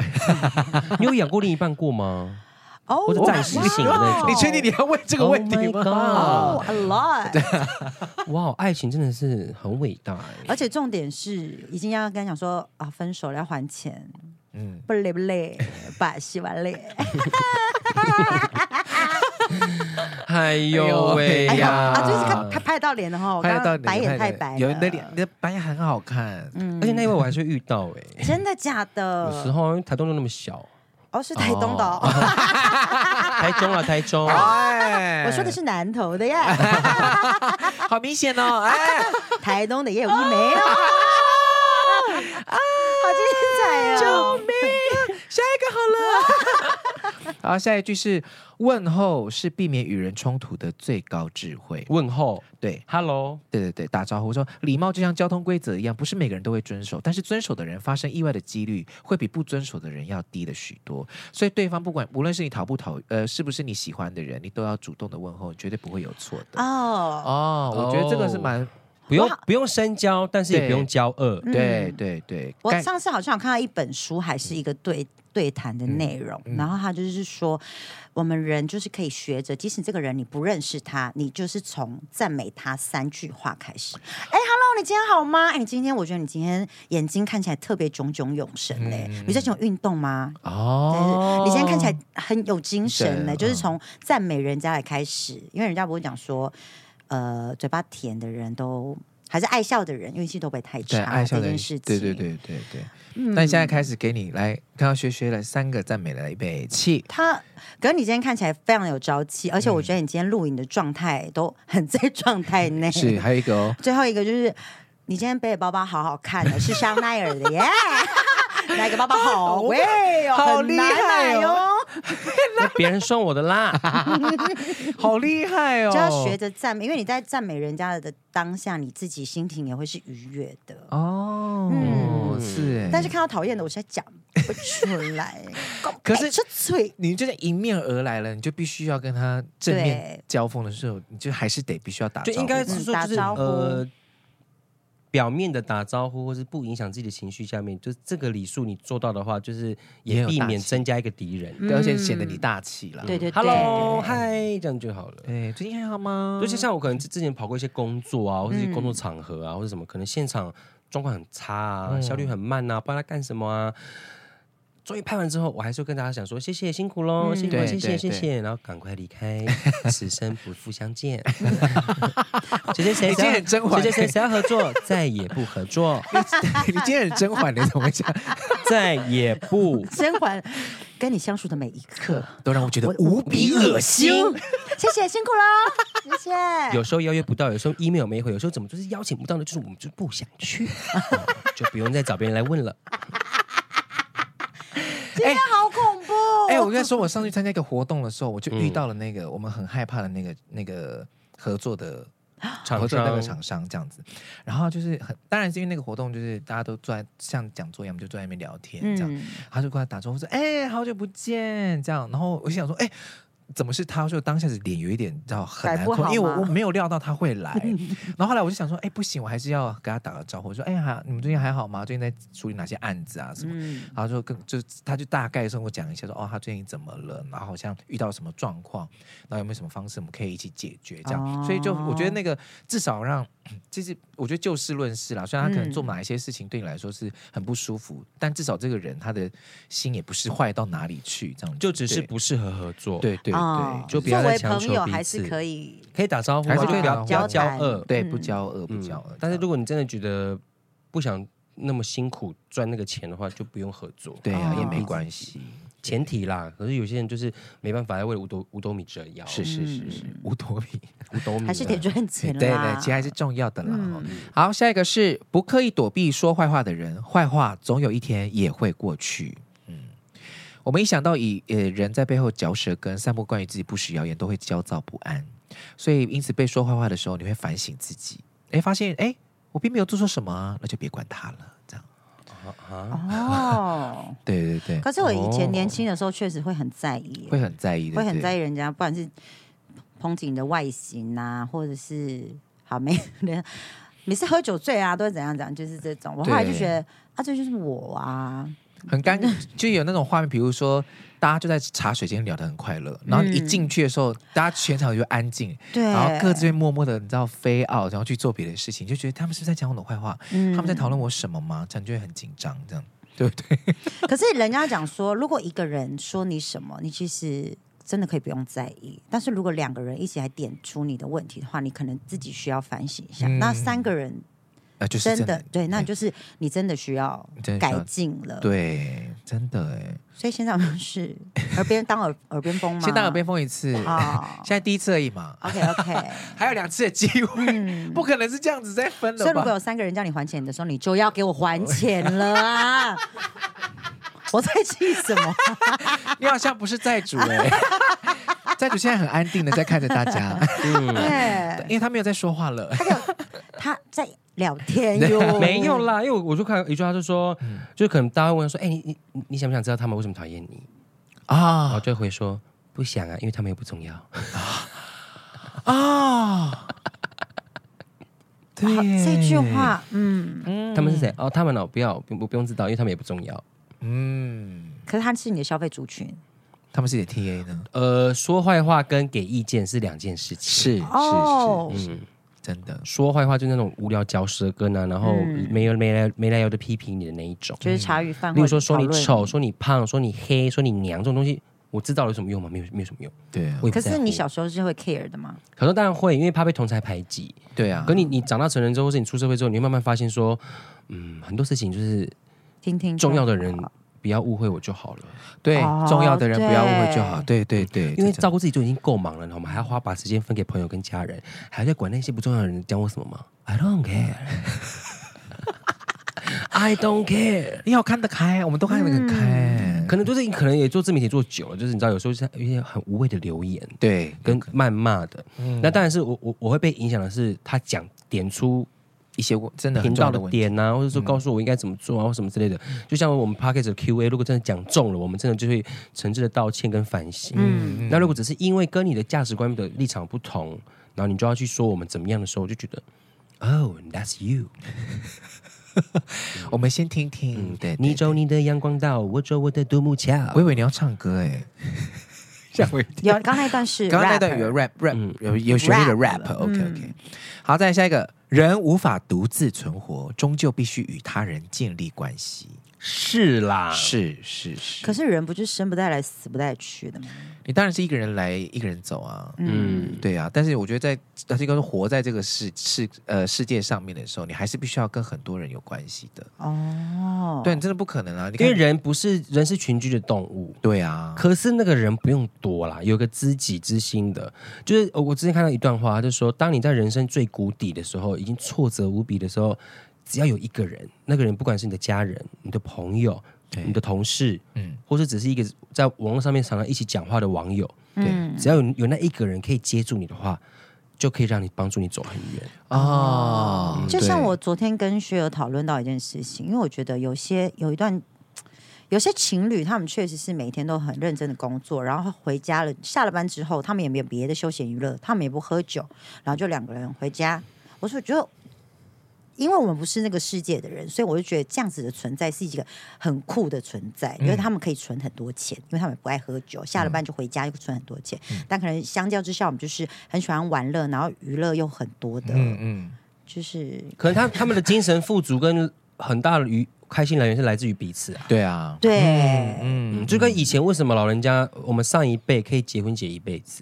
Speaker 3: 你有养过另一半过吗？
Speaker 1: 哦，
Speaker 3: 或者暂时性的那种
Speaker 2: 你确定你要问这个问题
Speaker 3: Oh
Speaker 2: 吗
Speaker 3: my
Speaker 1: 哦，a lot，
Speaker 3: 哇，爱情真的是很伟大哎、
Speaker 1: 而且重点是已经要跟他讲说啊，分手了要还钱，
Speaker 2: 嗯，
Speaker 1: 不累不累，把洗完累。
Speaker 3: 哎
Speaker 2: 呦喂
Speaker 1: 哎
Speaker 2: 哎
Speaker 1: 呀，
Speaker 2: 呀
Speaker 1: 啊，就是看他拍得到脸的哈，我哦刚
Speaker 2: 拍
Speaker 1: 刚
Speaker 2: 到你的
Speaker 1: 白眼
Speaker 2: 拍
Speaker 1: 太
Speaker 2: 的
Speaker 1: 白了，嗯
Speaker 2: 有人的脸，你的白眼很好看。
Speaker 3: 嗯而且那一位我还是遇到哎、
Speaker 1: 真的假的？
Speaker 3: 有时候因为台东就那么 小，
Speaker 1: 哦，是台东的、哦，
Speaker 3: 台中啊，台中，
Speaker 2: 哎
Speaker 1: 我说的是南投的呀，
Speaker 2: 好明显哦，哎，
Speaker 1: 台东的也有一枚哦，啊好精彩哦！
Speaker 2: 下一个好了。 好，下一句是问候是避免与人冲突的最高智慧。
Speaker 3: 问候
Speaker 2: 对，
Speaker 3: ，Hello，
Speaker 2: 对对对，打招呼我说礼貌就像交通规则一样，不是每个人都会遵守，但是遵守的人发生意外的几率会比不遵守的人要低了许多。所以对方不管无论是你讨不讨呃是不是你喜欢的人，你都要主动的问候，你绝对不会有错的。
Speaker 1: 哦，
Speaker 2: 哦，我觉得这个是蛮、
Speaker 3: 不用
Speaker 1: 哇
Speaker 3: 不用深交，但是也
Speaker 2: 对
Speaker 3: 不用交恶。
Speaker 1: 嗯
Speaker 2: 对对对，
Speaker 1: 我
Speaker 2: 该
Speaker 1: 上次好像有看到一本书，还是一个对对谈的内容，然后他就是说，我们人就是可以学着，即使这个人你不认识他，你就是从赞美他三句话开始。哎，Hello，你今天好吗？哎，你今天我觉得你今天眼睛看起来特别炯炯有神嘞、你在这种运动吗？
Speaker 2: 哦
Speaker 1: 但是，你现在看起来很有精神呢、
Speaker 2: 对嗯
Speaker 1: 就是从赞美人家来开始，因为人家不会讲说，呃，嘴巴甜的人都还是爱笑的人运气都不会太
Speaker 2: 对
Speaker 1: 差
Speaker 2: 爱笑
Speaker 1: 这
Speaker 2: 的人
Speaker 1: 件事情。嗯
Speaker 2: 对对，对对对。那你现在开始给你来，看到薛薛来三个赞美来预备起。
Speaker 1: 他可是你今天看起来非常有朝气，而且我觉得你今天录影的状态都很在状态内。
Speaker 2: 是，，还有一个哦，
Speaker 1: 最后一个就是你今天背的包包好好看的，是香奈儿的 耶。那个包包好喂哦，
Speaker 2: 好
Speaker 1: 很
Speaker 2: 厉
Speaker 1: 难
Speaker 2: 害
Speaker 1: 买
Speaker 2: 哦
Speaker 1: 哦，
Speaker 3: 那别人送我的啦，
Speaker 2: 好厉害哦！
Speaker 1: 就要学着赞美，因为你在赞美人家的当下，你自己心情也会是愉悦的。
Speaker 2: 哦，
Speaker 1: 嗯
Speaker 2: 是欸，
Speaker 1: 但是看到讨厌的，我现在讲不出 来，
Speaker 2: 可是
Speaker 1: 这嘴
Speaker 2: 你就是迎面而来了，你就必须要跟他正面
Speaker 1: 对
Speaker 2: 招锋的时候，你就还是得必须要打招
Speaker 3: 就
Speaker 2: 呼，
Speaker 3: 应该是
Speaker 1: 嗯
Speaker 3: 说
Speaker 1: 打
Speaker 3: 就是
Speaker 1: 招呼
Speaker 3: 呃。表面的打招呼，或是不影响自己的情绪下面，就是这个礼数你做到的话，就是
Speaker 2: 也
Speaker 3: 也
Speaker 2: 有
Speaker 3: 避
Speaker 2: 大
Speaker 3: 免
Speaker 2: 气
Speaker 3: 增加一个敌人。
Speaker 2: 对而且显得你大气了。
Speaker 1: 对嗯对对
Speaker 3: Hello，嗨，这样就好了。
Speaker 2: 对，哎最近还好吗？
Speaker 3: 就像我可能之之前跑过一些工作啊，或者
Speaker 1: 嗯
Speaker 3: 是工作场合啊，或者什么，可能现场状况很差啊，
Speaker 2: 嗯
Speaker 3: 效率很慢啊，不知道他干什么啊。终于拍完之后，我还是会跟大家讲说谢谢辛苦
Speaker 1: 嗯
Speaker 3: 喽，辛苦
Speaker 2: 对
Speaker 3: 谢
Speaker 2: 对
Speaker 3: 谢谢谢，然后赶快离开，此生不复 相见。谁谁谁
Speaker 2: 你今天很
Speaker 3: 谁
Speaker 2: 甄
Speaker 3: 要谁
Speaker 2: 嬛
Speaker 3: 谁谁谁要 合作，再也不合作，
Speaker 2: 你今天很甄嬛，你怎么会 这样？
Speaker 3: 再也 不
Speaker 1: 甄嬛跟你相处的每一刻，
Speaker 2: 都让我觉得
Speaker 1: 我
Speaker 2: 无比恶心。。
Speaker 1: 谢谢，辛苦了，谢 谢。
Speaker 3: 有时候邀约不到，有时候 email 没回，有时候怎么就是邀请不到呢？就是我们就不想 去，就不用再找别人来问了。
Speaker 1: 今天好恐怖。
Speaker 2: 哎、我跟你说，我
Speaker 3: 嗯
Speaker 2: 上去参加一个活动的时候，我就遇到了那个、我们很害怕的那个那个合作的
Speaker 3: 厂
Speaker 2: 合作的那个
Speaker 3: 商
Speaker 2: 厂商这样子。然后就是很，当然是因为那个活动就是大家都坐在像讲座一样，我们就坐在那边聊天这样。
Speaker 1: 嗯，
Speaker 2: 他就过来打招呼说：“哎、好久不见。”这样，然后我就想说：“哎、怎么是他？”就当下子脸有一点，你知道很
Speaker 1: 摆
Speaker 2: 难
Speaker 1: 不
Speaker 2: 控，
Speaker 1: 好
Speaker 2: 因为
Speaker 1: 吗
Speaker 2: 我我没有料到他会 来。然后后来我就想说：“哎、不行，我还是要给他打个招呼，说：‘哎、还你们最近还好吗？最近在处理哪些案子啊什么？’
Speaker 1: 嗯
Speaker 2: 然后就跟就他就大概跟我讲一下说：‘哦，他最近怎么了？然后好像遇到什么状况，然后有没有什么方式我们可以一起解决？这样。
Speaker 1: 哦
Speaker 2: 所以就我觉得那个至少让，就是我觉得就事论事啦。虽然他可能做哪一些事情对你来说是很不舒服，但至少这个人他的心也不是坏到哪里去，这样子
Speaker 3: 就只是
Speaker 2: 对
Speaker 3: 不适合合作，，
Speaker 2: 对对对，
Speaker 1: 哦
Speaker 3: 就不
Speaker 1: 作
Speaker 3: 要
Speaker 1: 为
Speaker 3: 再强
Speaker 1: 朋
Speaker 3: 求
Speaker 1: 友
Speaker 3: 彼
Speaker 1: 还是
Speaker 3: 此
Speaker 1: 可以，
Speaker 3: 可以打招呼啊，
Speaker 2: 还是
Speaker 3: 就
Speaker 2: 可以
Speaker 3: 不
Speaker 2: 打
Speaker 3: 要
Speaker 1: 招
Speaker 3: 不
Speaker 1: 呼
Speaker 3: 要交恶，
Speaker 2: 对
Speaker 1: 嗯
Speaker 2: 不骄恶不骄傲。
Speaker 3: 但是如果你真的觉得不想那么辛苦赚那个钱的话，就不用合作，
Speaker 2: 对啊
Speaker 1: 哦
Speaker 2: 也
Speaker 3: 嗯
Speaker 2: 没关系，
Speaker 3: 前提啦。可是有些人就是没办法，要为了五斗五斗米折腰，
Speaker 2: 是是是是，
Speaker 3: 嗯
Speaker 2: 五朵米，
Speaker 3: 五斗米啊，
Speaker 1: 还是得赚钱
Speaker 2: 嗯对
Speaker 1: 啦。嗯
Speaker 2: 对，其实还是重要的啦。哦好，下一个是不刻意躲避说坏话的人，坏话总有一天也会过去。嗯，我们一想到以呃人在背后嚼舌根、散布关于自己不实谣言，都会焦躁不安。所以，因此被说坏话的时候，你会反省自己，哎，发现哎，我并没有做错什么啊，那就别管他了，这样。
Speaker 3: 啊，
Speaker 1: 哦。
Speaker 2: 对对对，
Speaker 1: 可是我以前
Speaker 3: 哦
Speaker 1: 年轻的时候确实会很在意，
Speaker 2: 会很在意的，
Speaker 1: 会很在
Speaker 2: 意。
Speaker 1: 意人家，不管是抨击你的外形啊，或者是好没 人每次喝酒醉啊，都会怎样怎样，就是这种。我后来就
Speaker 2: 对
Speaker 1: 觉得啊，这就是我啊，
Speaker 2: 很尴，就有那种画面，比如说大家就在茶水间聊得很快乐，然后你一
Speaker 1: 嗯
Speaker 2: 进去的时候，大家全场就安静，
Speaker 1: 对，
Speaker 2: 然后各自会默默的，你知道飞傲，然后去做别的事情，就觉得他们是不是在讲我的坏话？
Speaker 1: 嗯
Speaker 2: 他们在讨论我什么吗？这样就会很紧张，这样对不对？
Speaker 1: 可是人家讲说，如果一个人啊说你什么，你其实真的可以不用在意。但是如果两个人一起来点出你的问题的话，你可能自己需要反省一下。
Speaker 2: 嗯
Speaker 1: 那三个人
Speaker 2: 啊，就是
Speaker 1: 真
Speaker 2: 真
Speaker 1: 的
Speaker 2: 的，
Speaker 1: 对，那就是你真的需要
Speaker 2: 真的需
Speaker 1: 改
Speaker 2: 要
Speaker 1: 进了。，
Speaker 2: 对，真的哎，
Speaker 1: 所以现在我们是耳边当耳耳边风吗？
Speaker 2: 先当耳边风一次，
Speaker 1: 啊
Speaker 2: 现。在第一次而已嘛，
Speaker 1: OK OK，
Speaker 2: 还有两次的机会，
Speaker 1: 嗯。
Speaker 2: 不可能是这样子再分
Speaker 1: 所以
Speaker 2: 了
Speaker 1: 如果
Speaker 2: 吧？
Speaker 1: 有三个人叫你还钱的时啊候，你就要给我还钱了啊！我在气什 么？
Speaker 2: 你好像不是债主 哎，债主现在很安定的在看着大家，
Speaker 3: 嗯
Speaker 1: 对，
Speaker 2: 因为他没有在说 话了。
Speaker 1: 他在聊天哟，
Speaker 3: 没有啦，因为我就看一句话就说，
Speaker 1: 嗯
Speaker 3: 就可能大家会问说，哎，你你你你想不想知道他们为什么讨厌你？然后
Speaker 1: 哦
Speaker 2: 啊
Speaker 3: 就会回说不想啊，因为他们又不重要。
Speaker 2: 啊！对
Speaker 1: 好
Speaker 2: 耶，
Speaker 1: 这句话，嗯，
Speaker 2: 嗯，
Speaker 3: 他们是谁？哦，他们哦，不要，不不不用知道，因为他们也不重要。
Speaker 2: 嗯，
Speaker 1: 可是他是你的消费族群
Speaker 2: 他们是你的 TA 呢？
Speaker 3: 呃，说坏话跟给意见是两件事
Speaker 2: 是
Speaker 3: 情。
Speaker 2: 是
Speaker 1: 哦
Speaker 2: 是，
Speaker 3: 嗯，
Speaker 2: 真的，
Speaker 3: 说坏话就那种无聊嚼舌根啊，然后
Speaker 1: 嗯
Speaker 3: 没有没来没来由的批评你的那一种。
Speaker 1: 就是茶余饭
Speaker 3: 例
Speaker 1: 后
Speaker 3: 如说说你
Speaker 1: 讨
Speaker 3: 丑，
Speaker 1: 论
Speaker 3: 说你胖，说你黑，说你娘这种东西，我知道了有什么用吗？没有，没有什么用。
Speaker 2: 对啊
Speaker 3: 我也不
Speaker 1: 可
Speaker 3: 在
Speaker 1: 是
Speaker 3: 乎
Speaker 1: 你小，时候是会 care 的吗？
Speaker 3: 小时候当然会，因为怕被同才排挤。
Speaker 2: 对啊
Speaker 3: 可，你你长大成人之后，或是你出社会之后，你会慢慢发现说，嗯，很多事情就是
Speaker 1: 听听就
Speaker 3: 重要的人
Speaker 2: 嗯
Speaker 3: 不要误会我就好了，
Speaker 2: 对
Speaker 1: 哦
Speaker 2: 重要的人不要误会就好，对对对，
Speaker 3: 因为
Speaker 2: 这
Speaker 3: 照顾自己就已经够忙了，然后我们还要花把时间分给朋友跟家人，还要再管那些不重要的人讲我什么吗？I don't care 。I don't care。
Speaker 2: 你好看得开，我们都看得很开，
Speaker 3: 可能就是你可能也做自媒体做久了，就是你知道有时候是有一些很无谓的留言
Speaker 2: 对，
Speaker 3: 跟谩骂的。
Speaker 2: 嗯
Speaker 3: 那当然是我我我会被影响的是他讲点出
Speaker 2: 一些真的很
Speaker 3: 频
Speaker 2: 重
Speaker 3: 道
Speaker 2: 要
Speaker 3: 的
Speaker 2: 的问题，嗯
Speaker 3: 点啊，或者说告诉我应该怎么做啊，或什么之类的。就像我们 p a c k a g e 的 Q&A，如果真的讲中了，我们真的就会诚挚的道歉跟反省。
Speaker 1: 嗯
Speaker 3: 那如果只是因为跟你的价值观的立场不同，然后你就要去说我们怎么样的时候，我就觉得。Oh, that's you。
Speaker 2: 我们先听听，嗯对，
Speaker 3: 你
Speaker 2: 对
Speaker 3: 走你的阳光道，我走我的独木桥。
Speaker 2: 我以为你要唱歌哎，吓我一跳。
Speaker 1: 有刚刚那段 是
Speaker 2: 刚刚那段
Speaker 1: rapper
Speaker 2: 有 rap 嗯 rap 有有旋律的
Speaker 1: rap
Speaker 2: rap，OK
Speaker 1: 嗯
Speaker 2: OK。好，再来下一个，人无法独自存活，终究必须与他人建立关系。
Speaker 3: 是啦
Speaker 2: 是是是，
Speaker 1: 可是人不就是生不带来死不带去的吗？
Speaker 2: 你当然是一个人来，一个人走啊。
Speaker 1: 嗯，
Speaker 2: 对啊，但是我觉得在，但是一个人活在这个世世呃世界上面的时候，你还是必须要跟很多人有关系的。
Speaker 1: 哦，
Speaker 2: 对，你真的不可能啊！你
Speaker 3: 因
Speaker 2: 看
Speaker 3: 为人不是人是群居的动物，
Speaker 2: 对啊，
Speaker 3: 可是那个人不用多啦，有个知己知心的。就是呃我之前看到一段话，他就说，当你在人生最谷底的时候，已经挫折无比的时候，只要有一个人，那个人不管是你的家人、你的朋友、
Speaker 2: 对
Speaker 3: 你的同事，
Speaker 2: 嗯
Speaker 3: 嗯，或者只是一个在网络上面常常一起讲话的网友，
Speaker 2: 对
Speaker 1: 嗯
Speaker 3: 只要有有那一个人可以接住你的话，就可以让你帮助你走很远。
Speaker 2: 哦，
Speaker 1: 就像
Speaker 2: 对
Speaker 1: 我昨天跟学友讨论到一件事情，因为我觉得有些有一段。有些情侣，他们确实是每天都很认真的工作，然后回家了，下了班之后，他们也没有别的休闲娱乐，他们也不喝酒，然后就两个人回家。我说，觉得，因为我们不是那个世界的人，所以我就觉得这样子的存在是一个很酷的存在，
Speaker 2: 嗯
Speaker 1: 因为他们可以存很多钱，因为他们不爱喝酒，下了班就回家就存很多钱。
Speaker 2: 嗯
Speaker 1: 但可能相较之下，我们就是很喜欢玩乐，然后娱乐又很多的，
Speaker 2: 嗯嗯，
Speaker 1: 就是
Speaker 3: 可能他他们的精神富足跟很大的愉开心来源是来自于彼此啊。
Speaker 2: 对啊，
Speaker 1: 对，
Speaker 2: 嗯
Speaker 3: 嗯，就跟以前为什么老人家我们上一辈可以结婚结一辈子，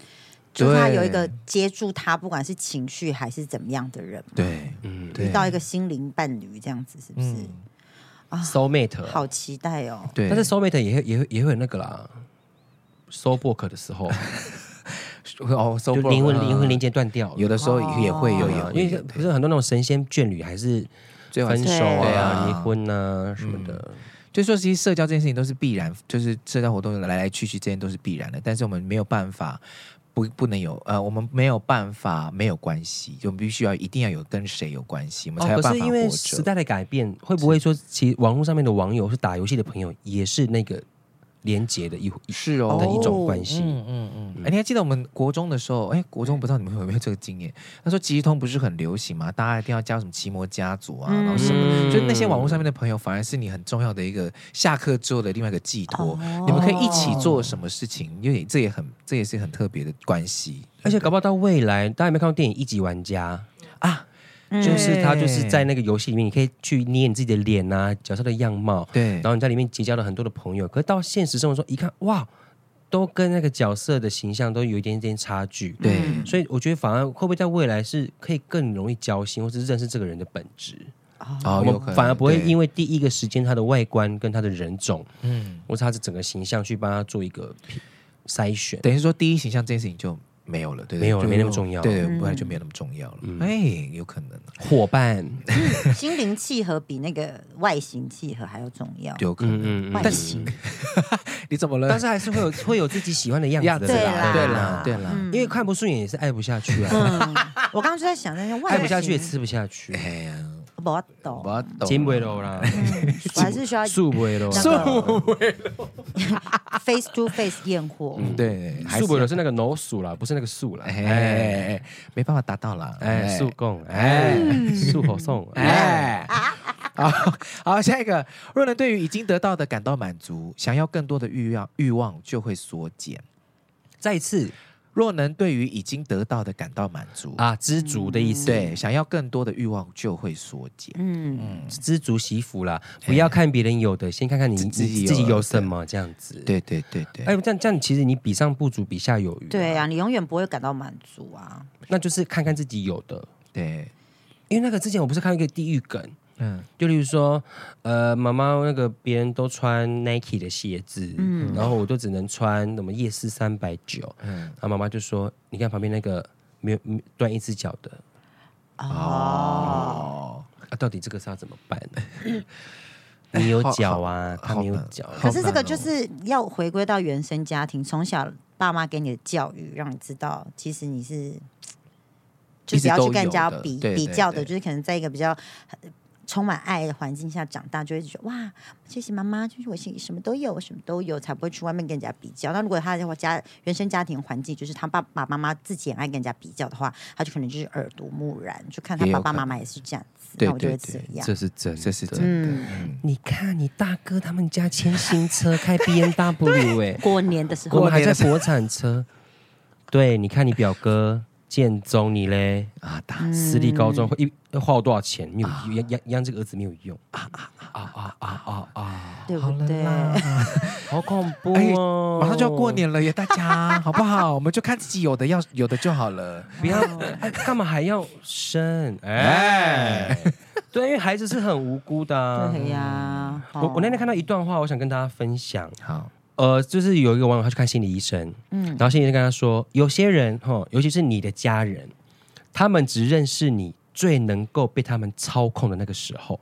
Speaker 1: 就是他有一
Speaker 2: 对
Speaker 1: 个接住他，不管是情绪还是怎么样的人，
Speaker 2: 对，
Speaker 3: 嗯
Speaker 2: 对
Speaker 1: 遇到一个心灵伴侣这样子，是不是？
Speaker 2: 嗯
Speaker 3: ，soul mate，
Speaker 1: 好期待哦！
Speaker 2: 对，
Speaker 3: 但是 soul mate 也会也会也会有那个啦。收 book 的时候，啊
Speaker 2: 哦，
Speaker 3: 就
Speaker 2: 收
Speaker 3: 灵魂
Speaker 2: 嗯
Speaker 3: 灵魂连接断掉了，
Speaker 2: 有的时候也会有，
Speaker 3: 对
Speaker 2: 也
Speaker 3: 啊
Speaker 2: 会
Speaker 3: 因
Speaker 2: 有
Speaker 3: 为像不是很多那种神仙眷侣还是
Speaker 2: 最好
Speaker 3: 分
Speaker 2: 是
Speaker 3: 手
Speaker 1: 对
Speaker 3: 啊、
Speaker 2: 啊
Speaker 3: 离婚啊什么的，
Speaker 2: 就说其实社交这件事情都是必然，就是社交活动来来去去之间都是必然的，但是我们没有办法。不，不能有呃，我们没有办法没有关系，就我们必须要一定要有跟谁有关系，我嗯们才有
Speaker 3: 哦可
Speaker 2: 办
Speaker 3: 是
Speaker 2: 法
Speaker 3: 因
Speaker 2: 活
Speaker 3: 为时
Speaker 2: 着。
Speaker 3: 代的改变，会不会说，其实网络上面的网友是打游戏的朋友，也是那个连接的一一
Speaker 2: 是哦
Speaker 3: 的一种关系？
Speaker 2: 嗯嗯嗯，哎、你还记得我们国中的时候？哎，国中不知道你们有没有这个经验？那时候即时通不是很流行嘛，大家一定要加入什么奇摩家族啊，然后什么，
Speaker 3: 嗯
Speaker 2: 就是那些网络上面的朋友，反而是你很重要的一个下课之后的另外一个寄托。
Speaker 1: 哦
Speaker 2: 你们可以一起做什么事情？因为这也很，这也是很特别的关系。
Speaker 3: 而且搞不好到未来，大家有没有看过电影《一级玩家
Speaker 2: 啊，》？
Speaker 1: 嗯
Speaker 3: 就是他就是在那个游戏里面，你可以去捏你自己的脸啊、角色的样貌，
Speaker 2: 对
Speaker 3: 然，后你在里面结交了很多的朋友。可是到现实生活中一看，哇，都跟那个角色的形象都有一点点差距。
Speaker 2: 对
Speaker 1: 嗯
Speaker 3: 所以我觉得反而会不会在未来是可以更容易交心，或是认识这个人的本质？
Speaker 2: 哦，
Speaker 3: 我
Speaker 2: 有
Speaker 3: 们
Speaker 2: 可能
Speaker 3: 反而不会因
Speaker 2: 为
Speaker 3: 为第一个时间他的外观跟他的人种，
Speaker 2: 嗯，
Speaker 3: 或是他的整个形象去帮他做一个评筛选。
Speaker 2: 等于说第一形象这件事情就没有了，对，对
Speaker 3: 没有了
Speaker 2: 就
Speaker 3: 没那么重要嗯
Speaker 2: 对，
Speaker 1: 嗯
Speaker 2: 不然就没有那么重要了。哎，有可能，
Speaker 3: 伙伴，
Speaker 2: 嗯
Speaker 1: 心灵契合比那个外形契合还要重要。
Speaker 2: 有可能。啊
Speaker 3: 嗯嗯
Speaker 1: 外形
Speaker 2: 你怎么了？
Speaker 3: 但是还是会有会有自己喜欢的样子的
Speaker 1: 对
Speaker 3: 啦，
Speaker 1: 啦
Speaker 2: 对啦，对啦。
Speaker 3: 因为看不顺眼也是爱不下去啊，
Speaker 1: 嗯，我刚刚就在想那些外
Speaker 3: 爱
Speaker 1: 形，
Speaker 3: 不下去也吃不下去，
Speaker 2: 哎呀，
Speaker 1: 我不
Speaker 2: 我
Speaker 1: 懂，
Speaker 2: 要懂
Speaker 3: 金不喽啦，
Speaker 1: 我还是需要
Speaker 3: 素不喽，
Speaker 1: 那个 face to
Speaker 3: 嗯
Speaker 1: face 验货。
Speaker 2: 对，还
Speaker 3: 素不喽是那个老鼠啦，不是那个素啦，
Speaker 2: 哎
Speaker 3: 哎
Speaker 2: 哎哎，没办法达到啦。
Speaker 3: 哎，素供，哎
Speaker 2: 哎，
Speaker 3: 素火送，哎，
Speaker 2: 哎。 好好，下一个，若能对于已经得到的感到满足，想要更多的欲望欲望就会缩减。
Speaker 3: 再一次
Speaker 2: 若能对于已经得到的感到满足，
Speaker 3: 啊，知足的意思，
Speaker 2: 嗯对，想要更多的欲望就会缩减。
Speaker 1: 嗯，
Speaker 3: 知足惜福啦，不要看别人有的，先看看你你
Speaker 2: 自己有
Speaker 3: 哎自己
Speaker 2: 的
Speaker 3: 有什么这样
Speaker 1: 嗯
Speaker 3: 子。，
Speaker 2: 对对对对，
Speaker 3: 哎，这样这样，其实你比上不足，比下有余。
Speaker 1: 对，啊，你永远不会感到满足啊。
Speaker 3: 那就是看看自己有的。
Speaker 2: 对，
Speaker 3: 因为那个之前我不是看到一个地狱梗，
Speaker 2: 嗯，
Speaker 3: 就例如说，呃，妈妈那个别人都穿 Nike 的鞋子，嗯，然后我就只能穿什么夜市三百九，嗯，然后妈妈就说，你看旁边那个没有没断一只脚的，
Speaker 1: 哦，
Speaker 2: 哦，
Speaker 3: 啊，到底这个是要怎么办？ 你有脚啊，
Speaker 2: 哎好
Speaker 3: 他没有
Speaker 2: 好
Speaker 3: 脚啊，
Speaker 1: 可是这
Speaker 2: 好
Speaker 1: 个
Speaker 2: 难
Speaker 1: 就
Speaker 2: 哦
Speaker 1: 是要回归到原生家庭，从小爸妈给你的教育，让你知道其实你是，就
Speaker 2: 一
Speaker 1: 不
Speaker 2: 直
Speaker 1: 要
Speaker 2: 都
Speaker 1: 去跟人家
Speaker 2: 有的
Speaker 1: 比
Speaker 2: 对
Speaker 1: 比
Speaker 2: 对
Speaker 1: 较的，
Speaker 2: 对
Speaker 1: 就是可能在一个比较。呃充满爱的环境下长大，就会觉得哇，谢谢妈妈，就是我什什么都有，我什么都有，才不会去外面跟人家比较。那如果他的家原生家庭环境就是他爸爸妈妈自己很爱跟人家比较的话，他就可能就是耳濡目染，就看他
Speaker 2: 也有
Speaker 1: 爸爸
Speaker 2: 可
Speaker 1: 妈妈也是这样子，
Speaker 2: 对
Speaker 1: 那我就
Speaker 2: 对
Speaker 1: 会
Speaker 2: 对
Speaker 1: 这样。
Speaker 2: 这是真，这是真。
Speaker 1: 嗯，
Speaker 3: 你看，你大哥他们家签新车，开 B N W 哎、
Speaker 1: 过年的时
Speaker 3: 我
Speaker 1: 候
Speaker 3: 们还
Speaker 2: 年
Speaker 3: 在
Speaker 2: 的时
Speaker 3: 国产车。对，你看你表哥建中你嘞，
Speaker 1: 嗯
Speaker 2: 啊，打
Speaker 3: 私立高中会一要花我多少钱？没有用，养养养这个儿子没有用，
Speaker 1: 对不对？
Speaker 3: 好恐怖
Speaker 2: 哎
Speaker 3: 哦！
Speaker 2: 马上就要过，年了耶，大家 好不好？我们就看自己有的要有的就好了。
Speaker 3: 不要哎干嘛还要生？哎，对，因为孩子是很无辜的啊。
Speaker 1: 对哦呀，
Speaker 3: 我我那天
Speaker 1: 看，
Speaker 3: 看到一段话，我想跟大家分享。
Speaker 2: 好，
Speaker 3: 呃，就是有一个网友他去看心理医生，
Speaker 1: 嗯
Speaker 3: 然后心理医生跟他说，有些人哈，尤其是你的家人，他们只认识你最能够被他们操控的那个时候，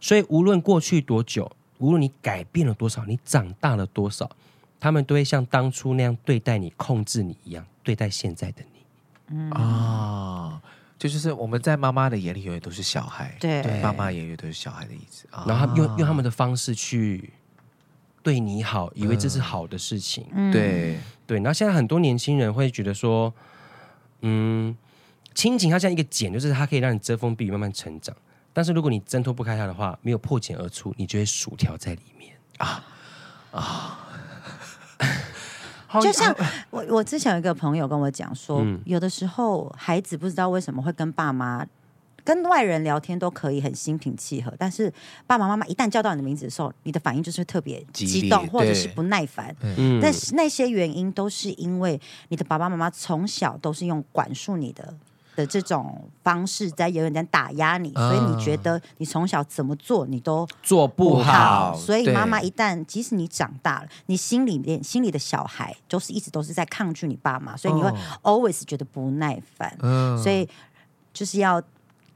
Speaker 3: 所以无论过去多久，无论你改变了多少，你长大了多少，他们都会像当初那样对待你、控制你一样对待现在的你。
Speaker 1: 嗯
Speaker 2: 啊，这就是我们在妈妈的眼里永远都是小孩，
Speaker 1: 对
Speaker 3: 对
Speaker 2: 爸妈眼里都是小孩的意思。啊
Speaker 3: 然后他们用用他们的方式去对你好，以为这是好的事情。
Speaker 1: 嗯，
Speaker 2: 对
Speaker 3: 对，然后现在很多年轻人会觉得说，嗯，亲情它像一个茧，就是它可以让你遮风避雨，慢慢成长。但是如果你挣脱不开它的话，没有破茧而出，你就会薯条在里面。
Speaker 2: 好
Speaker 1: 就像我我之前有一个朋友跟我讲说，
Speaker 3: 嗯
Speaker 1: 有的时候孩子不知道为什么会跟爸妈。跟外人聊天都可以很心平气和，但是爸爸妈妈一旦叫到你的名字的时候，你的反应就是特别
Speaker 2: 激
Speaker 1: 激
Speaker 2: 烈
Speaker 1: 动或者是
Speaker 2: 对
Speaker 1: 不耐烦。
Speaker 3: 嗯
Speaker 1: 但是那些原因都是因为你的爸爸妈妈从小都是用管束你的的这种方式在有点在打压你，所以
Speaker 3: 啊
Speaker 1: 你觉得你从小怎么做你都
Speaker 3: 做不好，
Speaker 1: 所以妈妈
Speaker 2: 对
Speaker 1: 一旦即使你长大了，你心里面心里的小孩就是一直都是在抗拒你爸妈，所以你会 always 觉得不耐烦，
Speaker 2: 哦嗯
Speaker 1: 所以就是要。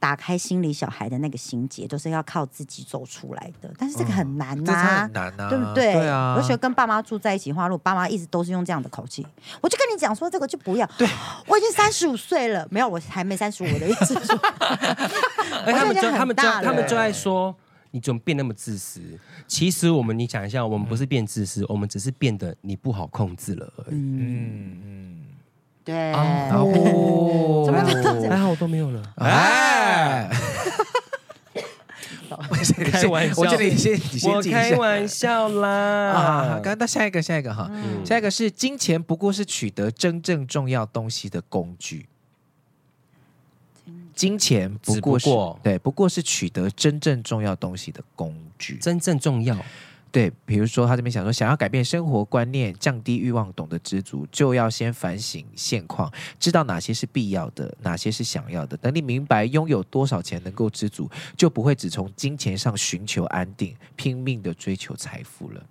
Speaker 1: 打开心里小孩的那个心结，都是要靠自己走出来的，但是这个很难呐、
Speaker 2: 这真的很难呐，
Speaker 1: 对不
Speaker 2: 对？
Speaker 1: 对？
Speaker 2: 啊，
Speaker 1: 而且跟爸妈住在一起的话，如果爸妈一直都是用这样的口气，我就跟你讲说这个就不要。对，我已经三十五岁了，没有，我还没三十五，我的意思是 说，
Speaker 3: 哎，他
Speaker 1: 我现
Speaker 3: 们
Speaker 1: 在
Speaker 3: 就
Speaker 1: 很
Speaker 3: 他们就
Speaker 1: 大了
Speaker 3: 他们就爱说，你怎么变那么自私？其实我们，你想一下，我们不是变自私，我们只是变得你不好控制了而已。
Speaker 2: 嗯
Speaker 1: 对，
Speaker 2: 嗯，哦，
Speaker 1: 怎么就这
Speaker 3: 还好我都没有了。
Speaker 2: 哎，
Speaker 3: 开玩笑
Speaker 2: 我觉得你先，你先
Speaker 3: 我
Speaker 2: 记一
Speaker 3: 开
Speaker 2: 下
Speaker 3: 玩笑嗯
Speaker 2: 啊，好
Speaker 3: 啦，
Speaker 2: 刚到下一个，下一个哈，下一个是金钱不过是取得真正重要东西的工具。金钱不过是
Speaker 3: 只不过
Speaker 2: 对，不过是取得真正重要东西的工具。
Speaker 3: 真正重要。
Speaker 2: 对，比如说他这边想说，想要改变生活观念，降低欲望，懂得知足，就要先反省现况，知道哪些是必要的，哪些是想要的。等你明白拥有多少钱能够知足，就不会只从金钱上寻求安定，拼命的追求财富了。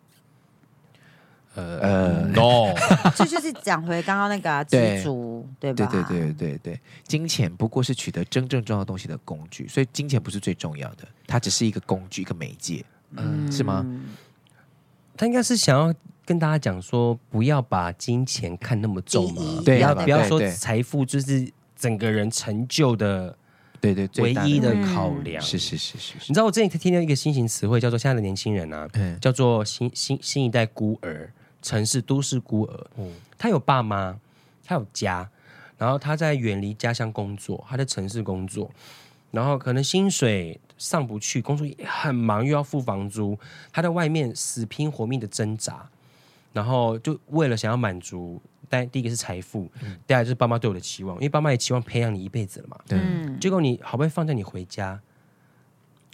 Speaker 3: 呃，no，
Speaker 1: 这 就是讲回刚刚那个啊
Speaker 2: 对
Speaker 1: 知足，对
Speaker 2: 对
Speaker 1: 吧？
Speaker 2: 对对对对，金钱不过是取得真正重要东西的工具，所以金钱不是最重要的，它只是一个工具，一个媒介。嗯，是吗？
Speaker 3: 他应该是想要跟大家讲说，不要把金钱看那么重
Speaker 1: 第
Speaker 3: 嘛
Speaker 1: 一，
Speaker 2: 对啊
Speaker 3: 不
Speaker 2: 对
Speaker 3: 要不要说
Speaker 2: 对
Speaker 3: 财富就是整个人成就的
Speaker 2: 对对，最
Speaker 3: 唯
Speaker 2: 大
Speaker 3: 一的
Speaker 1: 嗯
Speaker 3: 考量。
Speaker 2: 是是是是是
Speaker 3: 你，知道我之前听到一个新型词汇，叫做现在的年轻人啊，
Speaker 2: 嗯
Speaker 3: 叫做新新新一代孤儿，城市都市孤儿。他有爸妈，他有家，然后他在远离家乡工作，他在城市工作，然后可能薪水上不去，工作也很忙，又要付房租，他在外面死拼活命的挣扎，然后就为了想要满足。但第一个是财富，第二个就是爸妈对我的期望，因为爸妈也期望培养你一辈子了嘛。
Speaker 2: 对
Speaker 1: 嗯，
Speaker 3: 结果你好不容易放假你回家，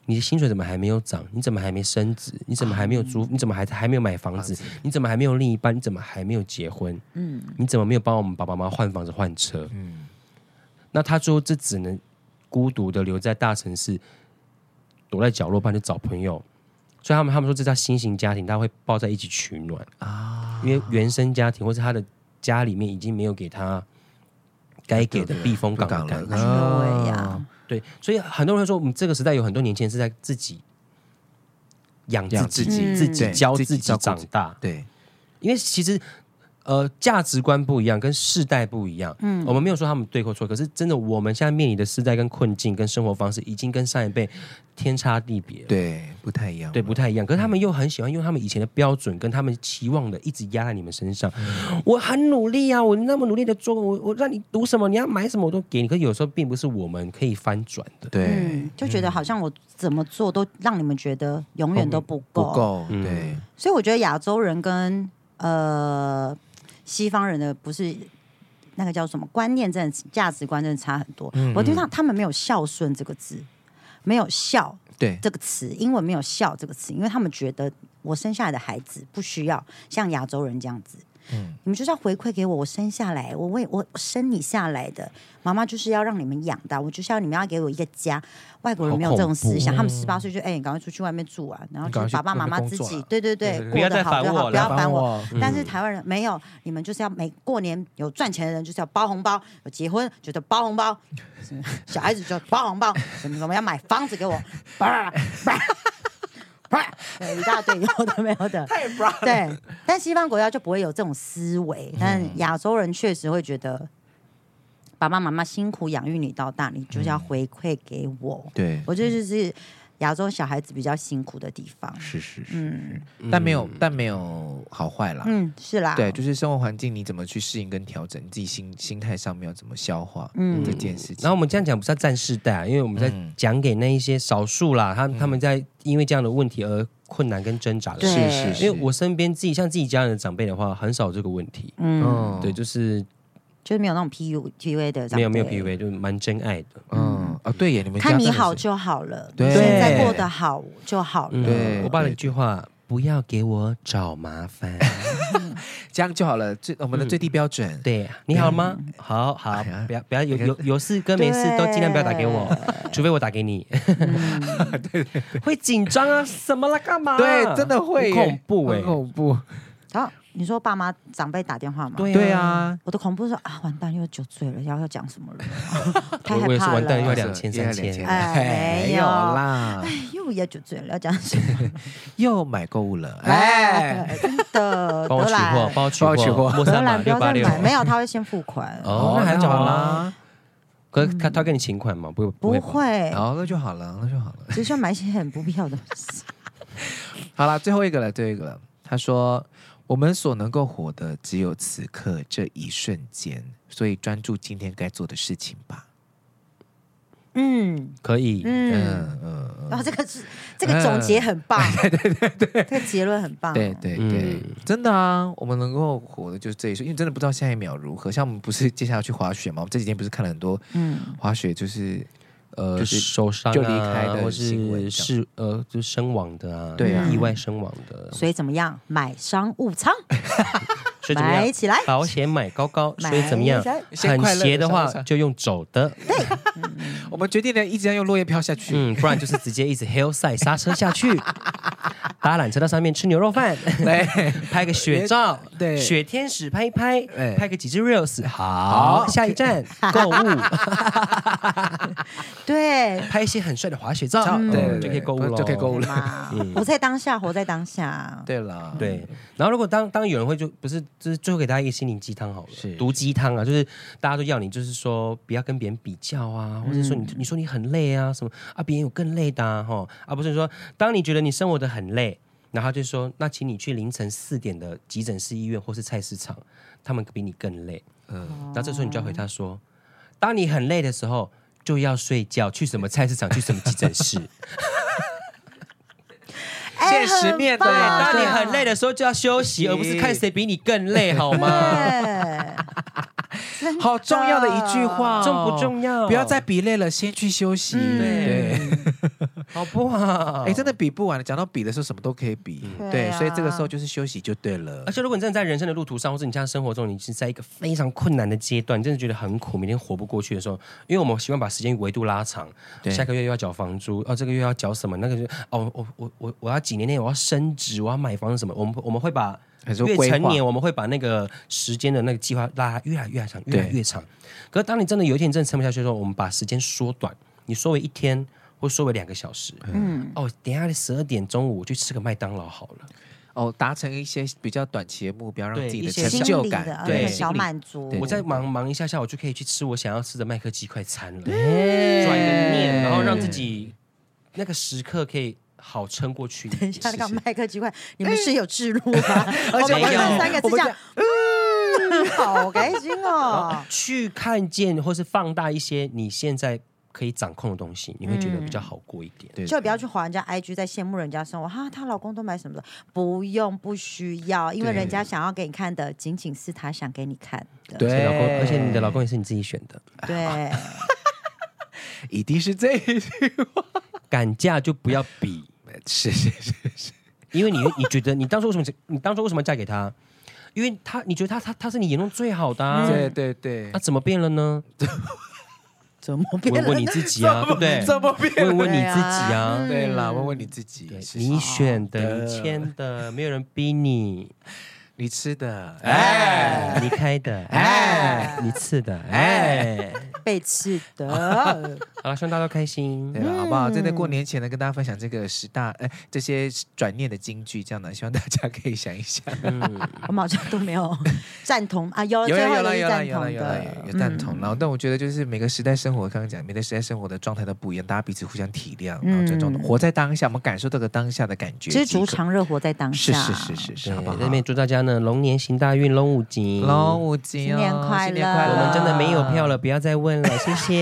Speaker 3: 你的薪水怎么还没有涨？你怎么还没升职？你怎么还没有租？你怎么还还没有买房子？你怎么还没有另一半？你怎么还没有结婚？嗯，你怎么没有帮我们爸爸妈妈换房子换车？嗯，那他最后这只能孤独的留在大城市，躲在角落，帮你找朋友。所以他们他们说这叫新型家庭，大家会抱在一起取暖啊，因为原生家庭或是他的家里面已经没有给他该给的避风港的
Speaker 2: 不敢
Speaker 3: 感
Speaker 2: 了
Speaker 3: 觉
Speaker 1: 哎。呦
Speaker 2: 啊
Speaker 1: 喂呀，
Speaker 3: 对，所以很多人会说，我们这个时代有很多年轻人是在自己养
Speaker 2: 养
Speaker 3: 自
Speaker 2: 自己
Speaker 3: 己、
Speaker 1: 嗯
Speaker 3: 自己
Speaker 2: 对
Speaker 3: 教
Speaker 2: 自己
Speaker 3: 自己
Speaker 2: 照顾
Speaker 3: 长
Speaker 2: 自己
Speaker 3: 大，
Speaker 2: 对，
Speaker 3: 因为其实呃价值观不一样，跟世代不一样。嗯，我们没有说他们对或错，可是真的我们现在面临的世代跟困境跟生活方式，已经跟上一辈天差地别了。
Speaker 2: 对，不太一样。
Speaker 3: 对，不太一样。可是他们又很喜欢用他们以前的标准跟他们期望的，一直压在你们身上。
Speaker 2: 嗯
Speaker 3: 我很努力啊，我那么努力的做，我我让你读什么，你要买什么，我都给你。可是有时候并不是我们可以翻转的。
Speaker 2: 对，
Speaker 1: 嗯，就觉得好像我怎么做都让你们觉得永远都不
Speaker 2: 哦不
Speaker 1: 够，
Speaker 2: 够，
Speaker 3: 嗯
Speaker 2: 对，
Speaker 1: 所以我觉得亚洲人跟呃西方人的不是那个叫什么观念，真的价值观真的差很多。
Speaker 2: 嗯
Speaker 1: 我觉得他他们没有孝顺这个字，没有孝
Speaker 2: 对，
Speaker 1: 这个词，英文没有孝这个词，因为他们觉得我生下来的孩子不需要像亚洲人这样子。
Speaker 2: 嗯
Speaker 1: 你们就是要回馈给我，我生下来，我为我生你下来的，妈妈就是要让你们养大，我就是要你们要给我一个家。外国人没有这种思想，他们十八岁就哎，你赶快出去外面住啊，然后就是爸爸妈妈自
Speaker 2: 你赶快
Speaker 1: 己
Speaker 2: 去工，啊
Speaker 1: 对对对，
Speaker 3: 不
Speaker 1: 过
Speaker 3: 要
Speaker 1: 得
Speaker 3: 再
Speaker 1: 好
Speaker 3: 烦
Speaker 1: 就
Speaker 3: 我
Speaker 1: 好，
Speaker 3: 了
Speaker 1: 不要
Speaker 2: 麻
Speaker 1: 烦
Speaker 2: 烦
Speaker 1: 我。
Speaker 2: 我。
Speaker 1: 但是台湾人没有，你们就是要每过年有赚钱的人就是要包红包，有结婚就得包红包，什么小孩子就包红包，什么什么要买房子给我，叭叭叭，对一大堆有的没有的，太对。但西方国家就不会有这种思维，但亚洲人确实会觉得爸爸妈妈辛苦养育你到大，你就是要回馈给我。
Speaker 2: 对，
Speaker 1: 我觉得就是亚洲小孩子比较辛苦的地方。
Speaker 2: 是是是，
Speaker 1: 嗯
Speaker 2: 但没有但没有好坏啦。
Speaker 1: 嗯，是啦，
Speaker 2: 对，就是生活环境你怎么去适应跟调整，你自己心心态上面要怎么消化
Speaker 1: 嗯
Speaker 2: 这件事情。
Speaker 3: 然后我们这样讲不是在站世代、啊，因为我们在
Speaker 2: 嗯
Speaker 3: 讲给那一些少数啦，他他们在因为这样的问题而困难跟挣扎的
Speaker 1: 对
Speaker 3: 人。
Speaker 2: 是是是，
Speaker 3: 因为我身边自己像自己家人的长辈的话，很少有这个问题。
Speaker 1: 嗯，
Speaker 2: 嗯
Speaker 3: 对，就是
Speaker 1: 就是没有那种 PU PUA 的长辈，
Speaker 3: 没有没有 PUA，就是蛮真爱的。
Speaker 2: 嗯啊对耶，你们家
Speaker 1: 看你
Speaker 2: 真的
Speaker 1: 好
Speaker 2: 是
Speaker 1: 就好了，
Speaker 2: 对
Speaker 1: 你现在过得好就好了。
Speaker 2: 对
Speaker 3: 嗯我爸的
Speaker 2: 对
Speaker 3: 一句话：不要给我找麻 烦。
Speaker 2: 这样就好了，最我们的
Speaker 3: 嗯
Speaker 2: 最低标准。
Speaker 3: 对，啊你好吗？
Speaker 2: 嗯
Speaker 3: 好
Speaker 2: 哎
Speaker 3: 好，不要不要有有有事跟没事都尽量不要打给我，除非我打 给你。会紧张啊，什么啦，干嘛？
Speaker 2: 对，真的会耶
Speaker 3: 啊很恐怖哎
Speaker 2: 很。恐怖。
Speaker 1: 然后你说爸妈长辈打电话吗？
Speaker 3: 对
Speaker 2: 对啊，
Speaker 1: 我的恐怖是说啊，完蛋又酒醉了，要要讲什么了？太
Speaker 3: 我
Speaker 1: 害
Speaker 3: 我也是
Speaker 1: 怕了。
Speaker 3: 完蛋又要两
Speaker 2: 又
Speaker 3: 千
Speaker 2: 要
Speaker 3: 三千，
Speaker 2: 2000
Speaker 1: 哎
Speaker 2: 没有啦，
Speaker 1: 哎又要酒醉了，要讲什么？
Speaker 2: 又买购物了，哎，
Speaker 1: 哎，真的，
Speaker 3: 帮我
Speaker 1: 德
Speaker 3: 取货
Speaker 1: 兰，，
Speaker 3: 帮我取货，
Speaker 2: 帮我取货
Speaker 3: 莫
Speaker 1: 德
Speaker 3: 三码
Speaker 1: 兰不
Speaker 3: 六
Speaker 1: 要
Speaker 3: 八
Speaker 1: 再
Speaker 3: 六。
Speaker 1: 买，没有他会先付款，
Speaker 3: 哦，那还
Speaker 2: 就
Speaker 3: 好
Speaker 2: 好
Speaker 3: 啦。
Speaker 2: 啦，
Speaker 3: 可是他他跟你请款吗？不
Speaker 1: 不
Speaker 3: 会吧，
Speaker 1: 会，
Speaker 2: 好，哦那就好了，那就好了。
Speaker 1: 只是买一些很不必要的东西。
Speaker 2: 好啦，最后一个了，最后一个了。他说：“我们所能够活的只有此刻这一瞬间，所以专注今天该做的事情吧。
Speaker 1: 嗯
Speaker 3: 可以。
Speaker 1: 嗯。
Speaker 2: 嗯”嗯
Speaker 1: 然后这个是这个总结很棒，对对对对，这个结论很棒，
Speaker 2: 嗯，对对
Speaker 3: 嗯
Speaker 2: 对，真的啊，我们能够活的就是这一瞬，因为真的不知道下一秒如何。像我们不是接下来要去滑雪嘛？我们这几天不是看了很多
Speaker 1: 嗯，
Speaker 2: 滑雪，就是
Speaker 3: 呃，
Speaker 2: 就是
Speaker 3: 受伤啊
Speaker 2: 就离开的
Speaker 3: 或
Speaker 2: 新闻
Speaker 3: 是
Speaker 2: 这样
Speaker 3: 是呃，就身亡的啊，
Speaker 2: 对
Speaker 1: 啊
Speaker 3: 意外身亡的，
Speaker 1: 所以怎么样，买商务 舱，
Speaker 3: 所以怎么
Speaker 1: 买
Speaker 3: 样？
Speaker 1: 起来，
Speaker 3: 保险买高高，
Speaker 1: 买
Speaker 3: 所以怎么样
Speaker 1: 起来？
Speaker 2: 先
Speaker 3: 很
Speaker 2: 快乐
Speaker 3: 斜的
Speaker 2: 上
Speaker 3: 话
Speaker 2: 上
Speaker 3: 就用走 的，
Speaker 2: 我们决定了一直要用落叶飘下去。
Speaker 3: 嗯，不然就是直接一直 hillside 刹车下去，搭缆车到上面吃牛肉饭，
Speaker 2: 来，
Speaker 3: 拍个雪照，
Speaker 2: 对哎
Speaker 3: 雪天使拍一拍
Speaker 2: 对，
Speaker 3: 拍个几支 reels，好，下 一站购物，
Speaker 1: 对，
Speaker 3: 拍一些很帅的滑雪照，哦
Speaker 2: 对对对
Speaker 3: 就可以购物了，嗯
Speaker 2: 就可以购物了
Speaker 1: 嘛，活在当下，活在当下，
Speaker 2: 对了，
Speaker 3: 对，然后如果当当有人会就不是，就是最后给大家一个心灵鸡汤好了，
Speaker 2: 是
Speaker 3: 毒鸡汤啊，就是大家都要你，就是说不要跟别人比较啊，或者说你、你说你很累啊什么啊，别人有更累的啊，吼啊不是说当你觉得你生活的很累，然后他就说那请你去凌晨四点的急诊室医院或是菜市场，他们比你更累，
Speaker 2: 嗯，
Speaker 3: 然后这时候你就要回他说，当你很累的时候就要睡觉，去什么菜市场，去什么急诊室。
Speaker 1: 哎
Speaker 2: 现实面的
Speaker 1: 很
Speaker 2: 啦
Speaker 1: 棒
Speaker 3: 当你很累的时候就要休息，
Speaker 2: 对
Speaker 3: 而不是看谁比你更累，好 吗？
Speaker 1: 对，真
Speaker 2: 好重要的一句话、哦，
Speaker 3: 重不重要？
Speaker 2: 不要再比累了，先去休息。
Speaker 1: 嗯
Speaker 2: 对，
Speaker 3: 好不好？
Speaker 2: 哎、真的比不完。讲到比的时候，什么都可以比。
Speaker 1: 嗯对
Speaker 2: 对，
Speaker 1: 啊
Speaker 2: 所以这个时候就是休息就对了
Speaker 3: 而。且如果你真的在人生的路途上，或者你现在生活中，你是在一个非常困难的阶段，你真的觉得很苦，每天活不过去的时候，因为我们习惯把时间维度拉长，
Speaker 2: 对
Speaker 3: 下个月又要缴房租，哦，这个月要缴什么，那个就哦，我我我我要几年内我要升职，我要买房子什么，我们我们会把。
Speaker 2: 很多
Speaker 3: 越
Speaker 2: 规
Speaker 3: 成
Speaker 2: 划
Speaker 3: 年，我们会把那个时间的那个计划拉越来越长，越来
Speaker 2: 对
Speaker 3: 越长。可是当你真的有一天你真的撑不下去的时候，我们把时间缩短，你缩为一天或缩为两个小时。嗯，哦，等一下十二点中午我去吃个麦当劳好了。
Speaker 2: 哦，达成一些比较短期的目标，让
Speaker 3: 对
Speaker 2: 自己
Speaker 3: 一
Speaker 2: 的
Speaker 3: 些
Speaker 2: 成
Speaker 1: 心
Speaker 2: 就
Speaker 1: 灵
Speaker 2: 感。
Speaker 1: 的
Speaker 3: 对
Speaker 1: 而且小满足
Speaker 2: 对，
Speaker 3: 我再忙忙一下下，我就可以去吃我想要吃的麦克鸡快餐了，转个念，然后让自己那个时刻可以好撑过去一点。
Speaker 1: 等一下，那个麦克鸡块，你们是有置入吗？而
Speaker 3: 且
Speaker 1: 我们
Speaker 3: 没有
Speaker 1: 三个是这样，嗯，好开心 哦。
Speaker 3: 去看见或是放大一些你现在可以掌控的东西，你会觉得比较好过一点。
Speaker 2: 对
Speaker 1: 就不要去划人家 IG，在羡慕人家生活哈、她老公都买什么的，不用不需要，因为
Speaker 2: 对
Speaker 1: 人家想要给你看的，仅仅是他想给你看的。
Speaker 2: 对
Speaker 3: 而且老公，而且你的老公也是你自己选 的，
Speaker 1: 对，
Speaker 2: 一定是这一句，
Speaker 3: 敢嫁就不要比，
Speaker 2: 是是是，
Speaker 3: 因为你你觉得你当初为什么你当初为什么嫁给他？因为他你觉得他他他是你眼中最好的、啊，
Speaker 2: 对对对
Speaker 3: 那、。怎么变了呢？
Speaker 1: 怎么变
Speaker 3: 问
Speaker 1: 了
Speaker 3: 问你
Speaker 1: 呢？
Speaker 3: 自己啊，对不对？
Speaker 2: 怎么变？
Speaker 3: 问问你
Speaker 1: 对啊
Speaker 3: 自己啊，
Speaker 1: 嗯啊
Speaker 2: 对啦，问问你自己，是
Speaker 3: 你选的，你
Speaker 2: 的
Speaker 3: 签的，没有人逼你。
Speaker 2: 你吃的，
Speaker 3: 哎，你开的，哎，你吃的，哎，
Speaker 1: 被刺的，
Speaker 3: 好了，希望大家都开心
Speaker 2: 对。吧？好不好？这在过年前呢，跟大家分享这个十大哎、这些转念的金句，这样呢，希望大家可以想一想。
Speaker 1: 我们好像都没 有赞同啊，有了
Speaker 2: 有
Speaker 1: 最后
Speaker 2: 啦
Speaker 1: 一
Speaker 2: 有
Speaker 1: 个
Speaker 2: 啦
Speaker 1: 赞
Speaker 2: 有啦
Speaker 1: 同
Speaker 2: 有啦
Speaker 1: 的，
Speaker 2: 有有赞同。
Speaker 1: 嗯
Speaker 2: 然后，但我觉得就是每个时代生活，刚刚讲每个时代生活的状态都不一样，大家彼此互相体谅，然后尊重，
Speaker 1: 嗯
Speaker 2: 活在当下，我们感受这个当下的感觉。
Speaker 1: 知足
Speaker 2: 即可
Speaker 1: 常乐，活在当
Speaker 2: 是
Speaker 1: 下。
Speaker 2: 是是是是，
Speaker 3: 对
Speaker 2: 好不好？
Speaker 3: 那边祝大家呢龙年行大运，龙五吉，
Speaker 2: 龙五吉
Speaker 1: 新
Speaker 2: 哦，
Speaker 1: 年快
Speaker 2: 新
Speaker 1: 乐
Speaker 2: 快
Speaker 3: 我
Speaker 2: 乐！
Speaker 3: 们真的没有票了，不要再问 了，谢谢。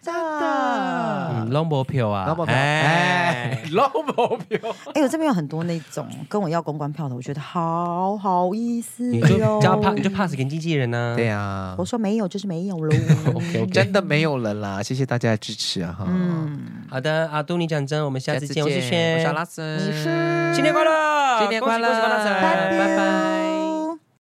Speaker 1: 真的。
Speaker 3: 嗯，龙博票啊，
Speaker 2: 老板，
Speaker 3: 哎
Speaker 2: 哎，，老板票，
Speaker 1: 哎、我这边有很多那种跟我要公关票的，我觉得好好意思
Speaker 3: 你就
Speaker 1: 哟。
Speaker 3: 叫他 pass，你就 pass 给经纪人啊呢。
Speaker 2: 对呀
Speaker 1: 我，说没有，就是没有 喽。
Speaker 3: ，OK OK。
Speaker 2: 真的没有了啦，谢谢大家的支持啊！哈，
Speaker 1: 嗯，
Speaker 3: 好的，阿杜你讲真，我们下次见，我是
Speaker 2: 我
Speaker 3: 轩
Speaker 2: 是，阿拉斯，
Speaker 1: 你是
Speaker 3: 新年快乐，
Speaker 2: 新年快乐，
Speaker 3: 恭喜恭喜发大财
Speaker 2: 拜拜。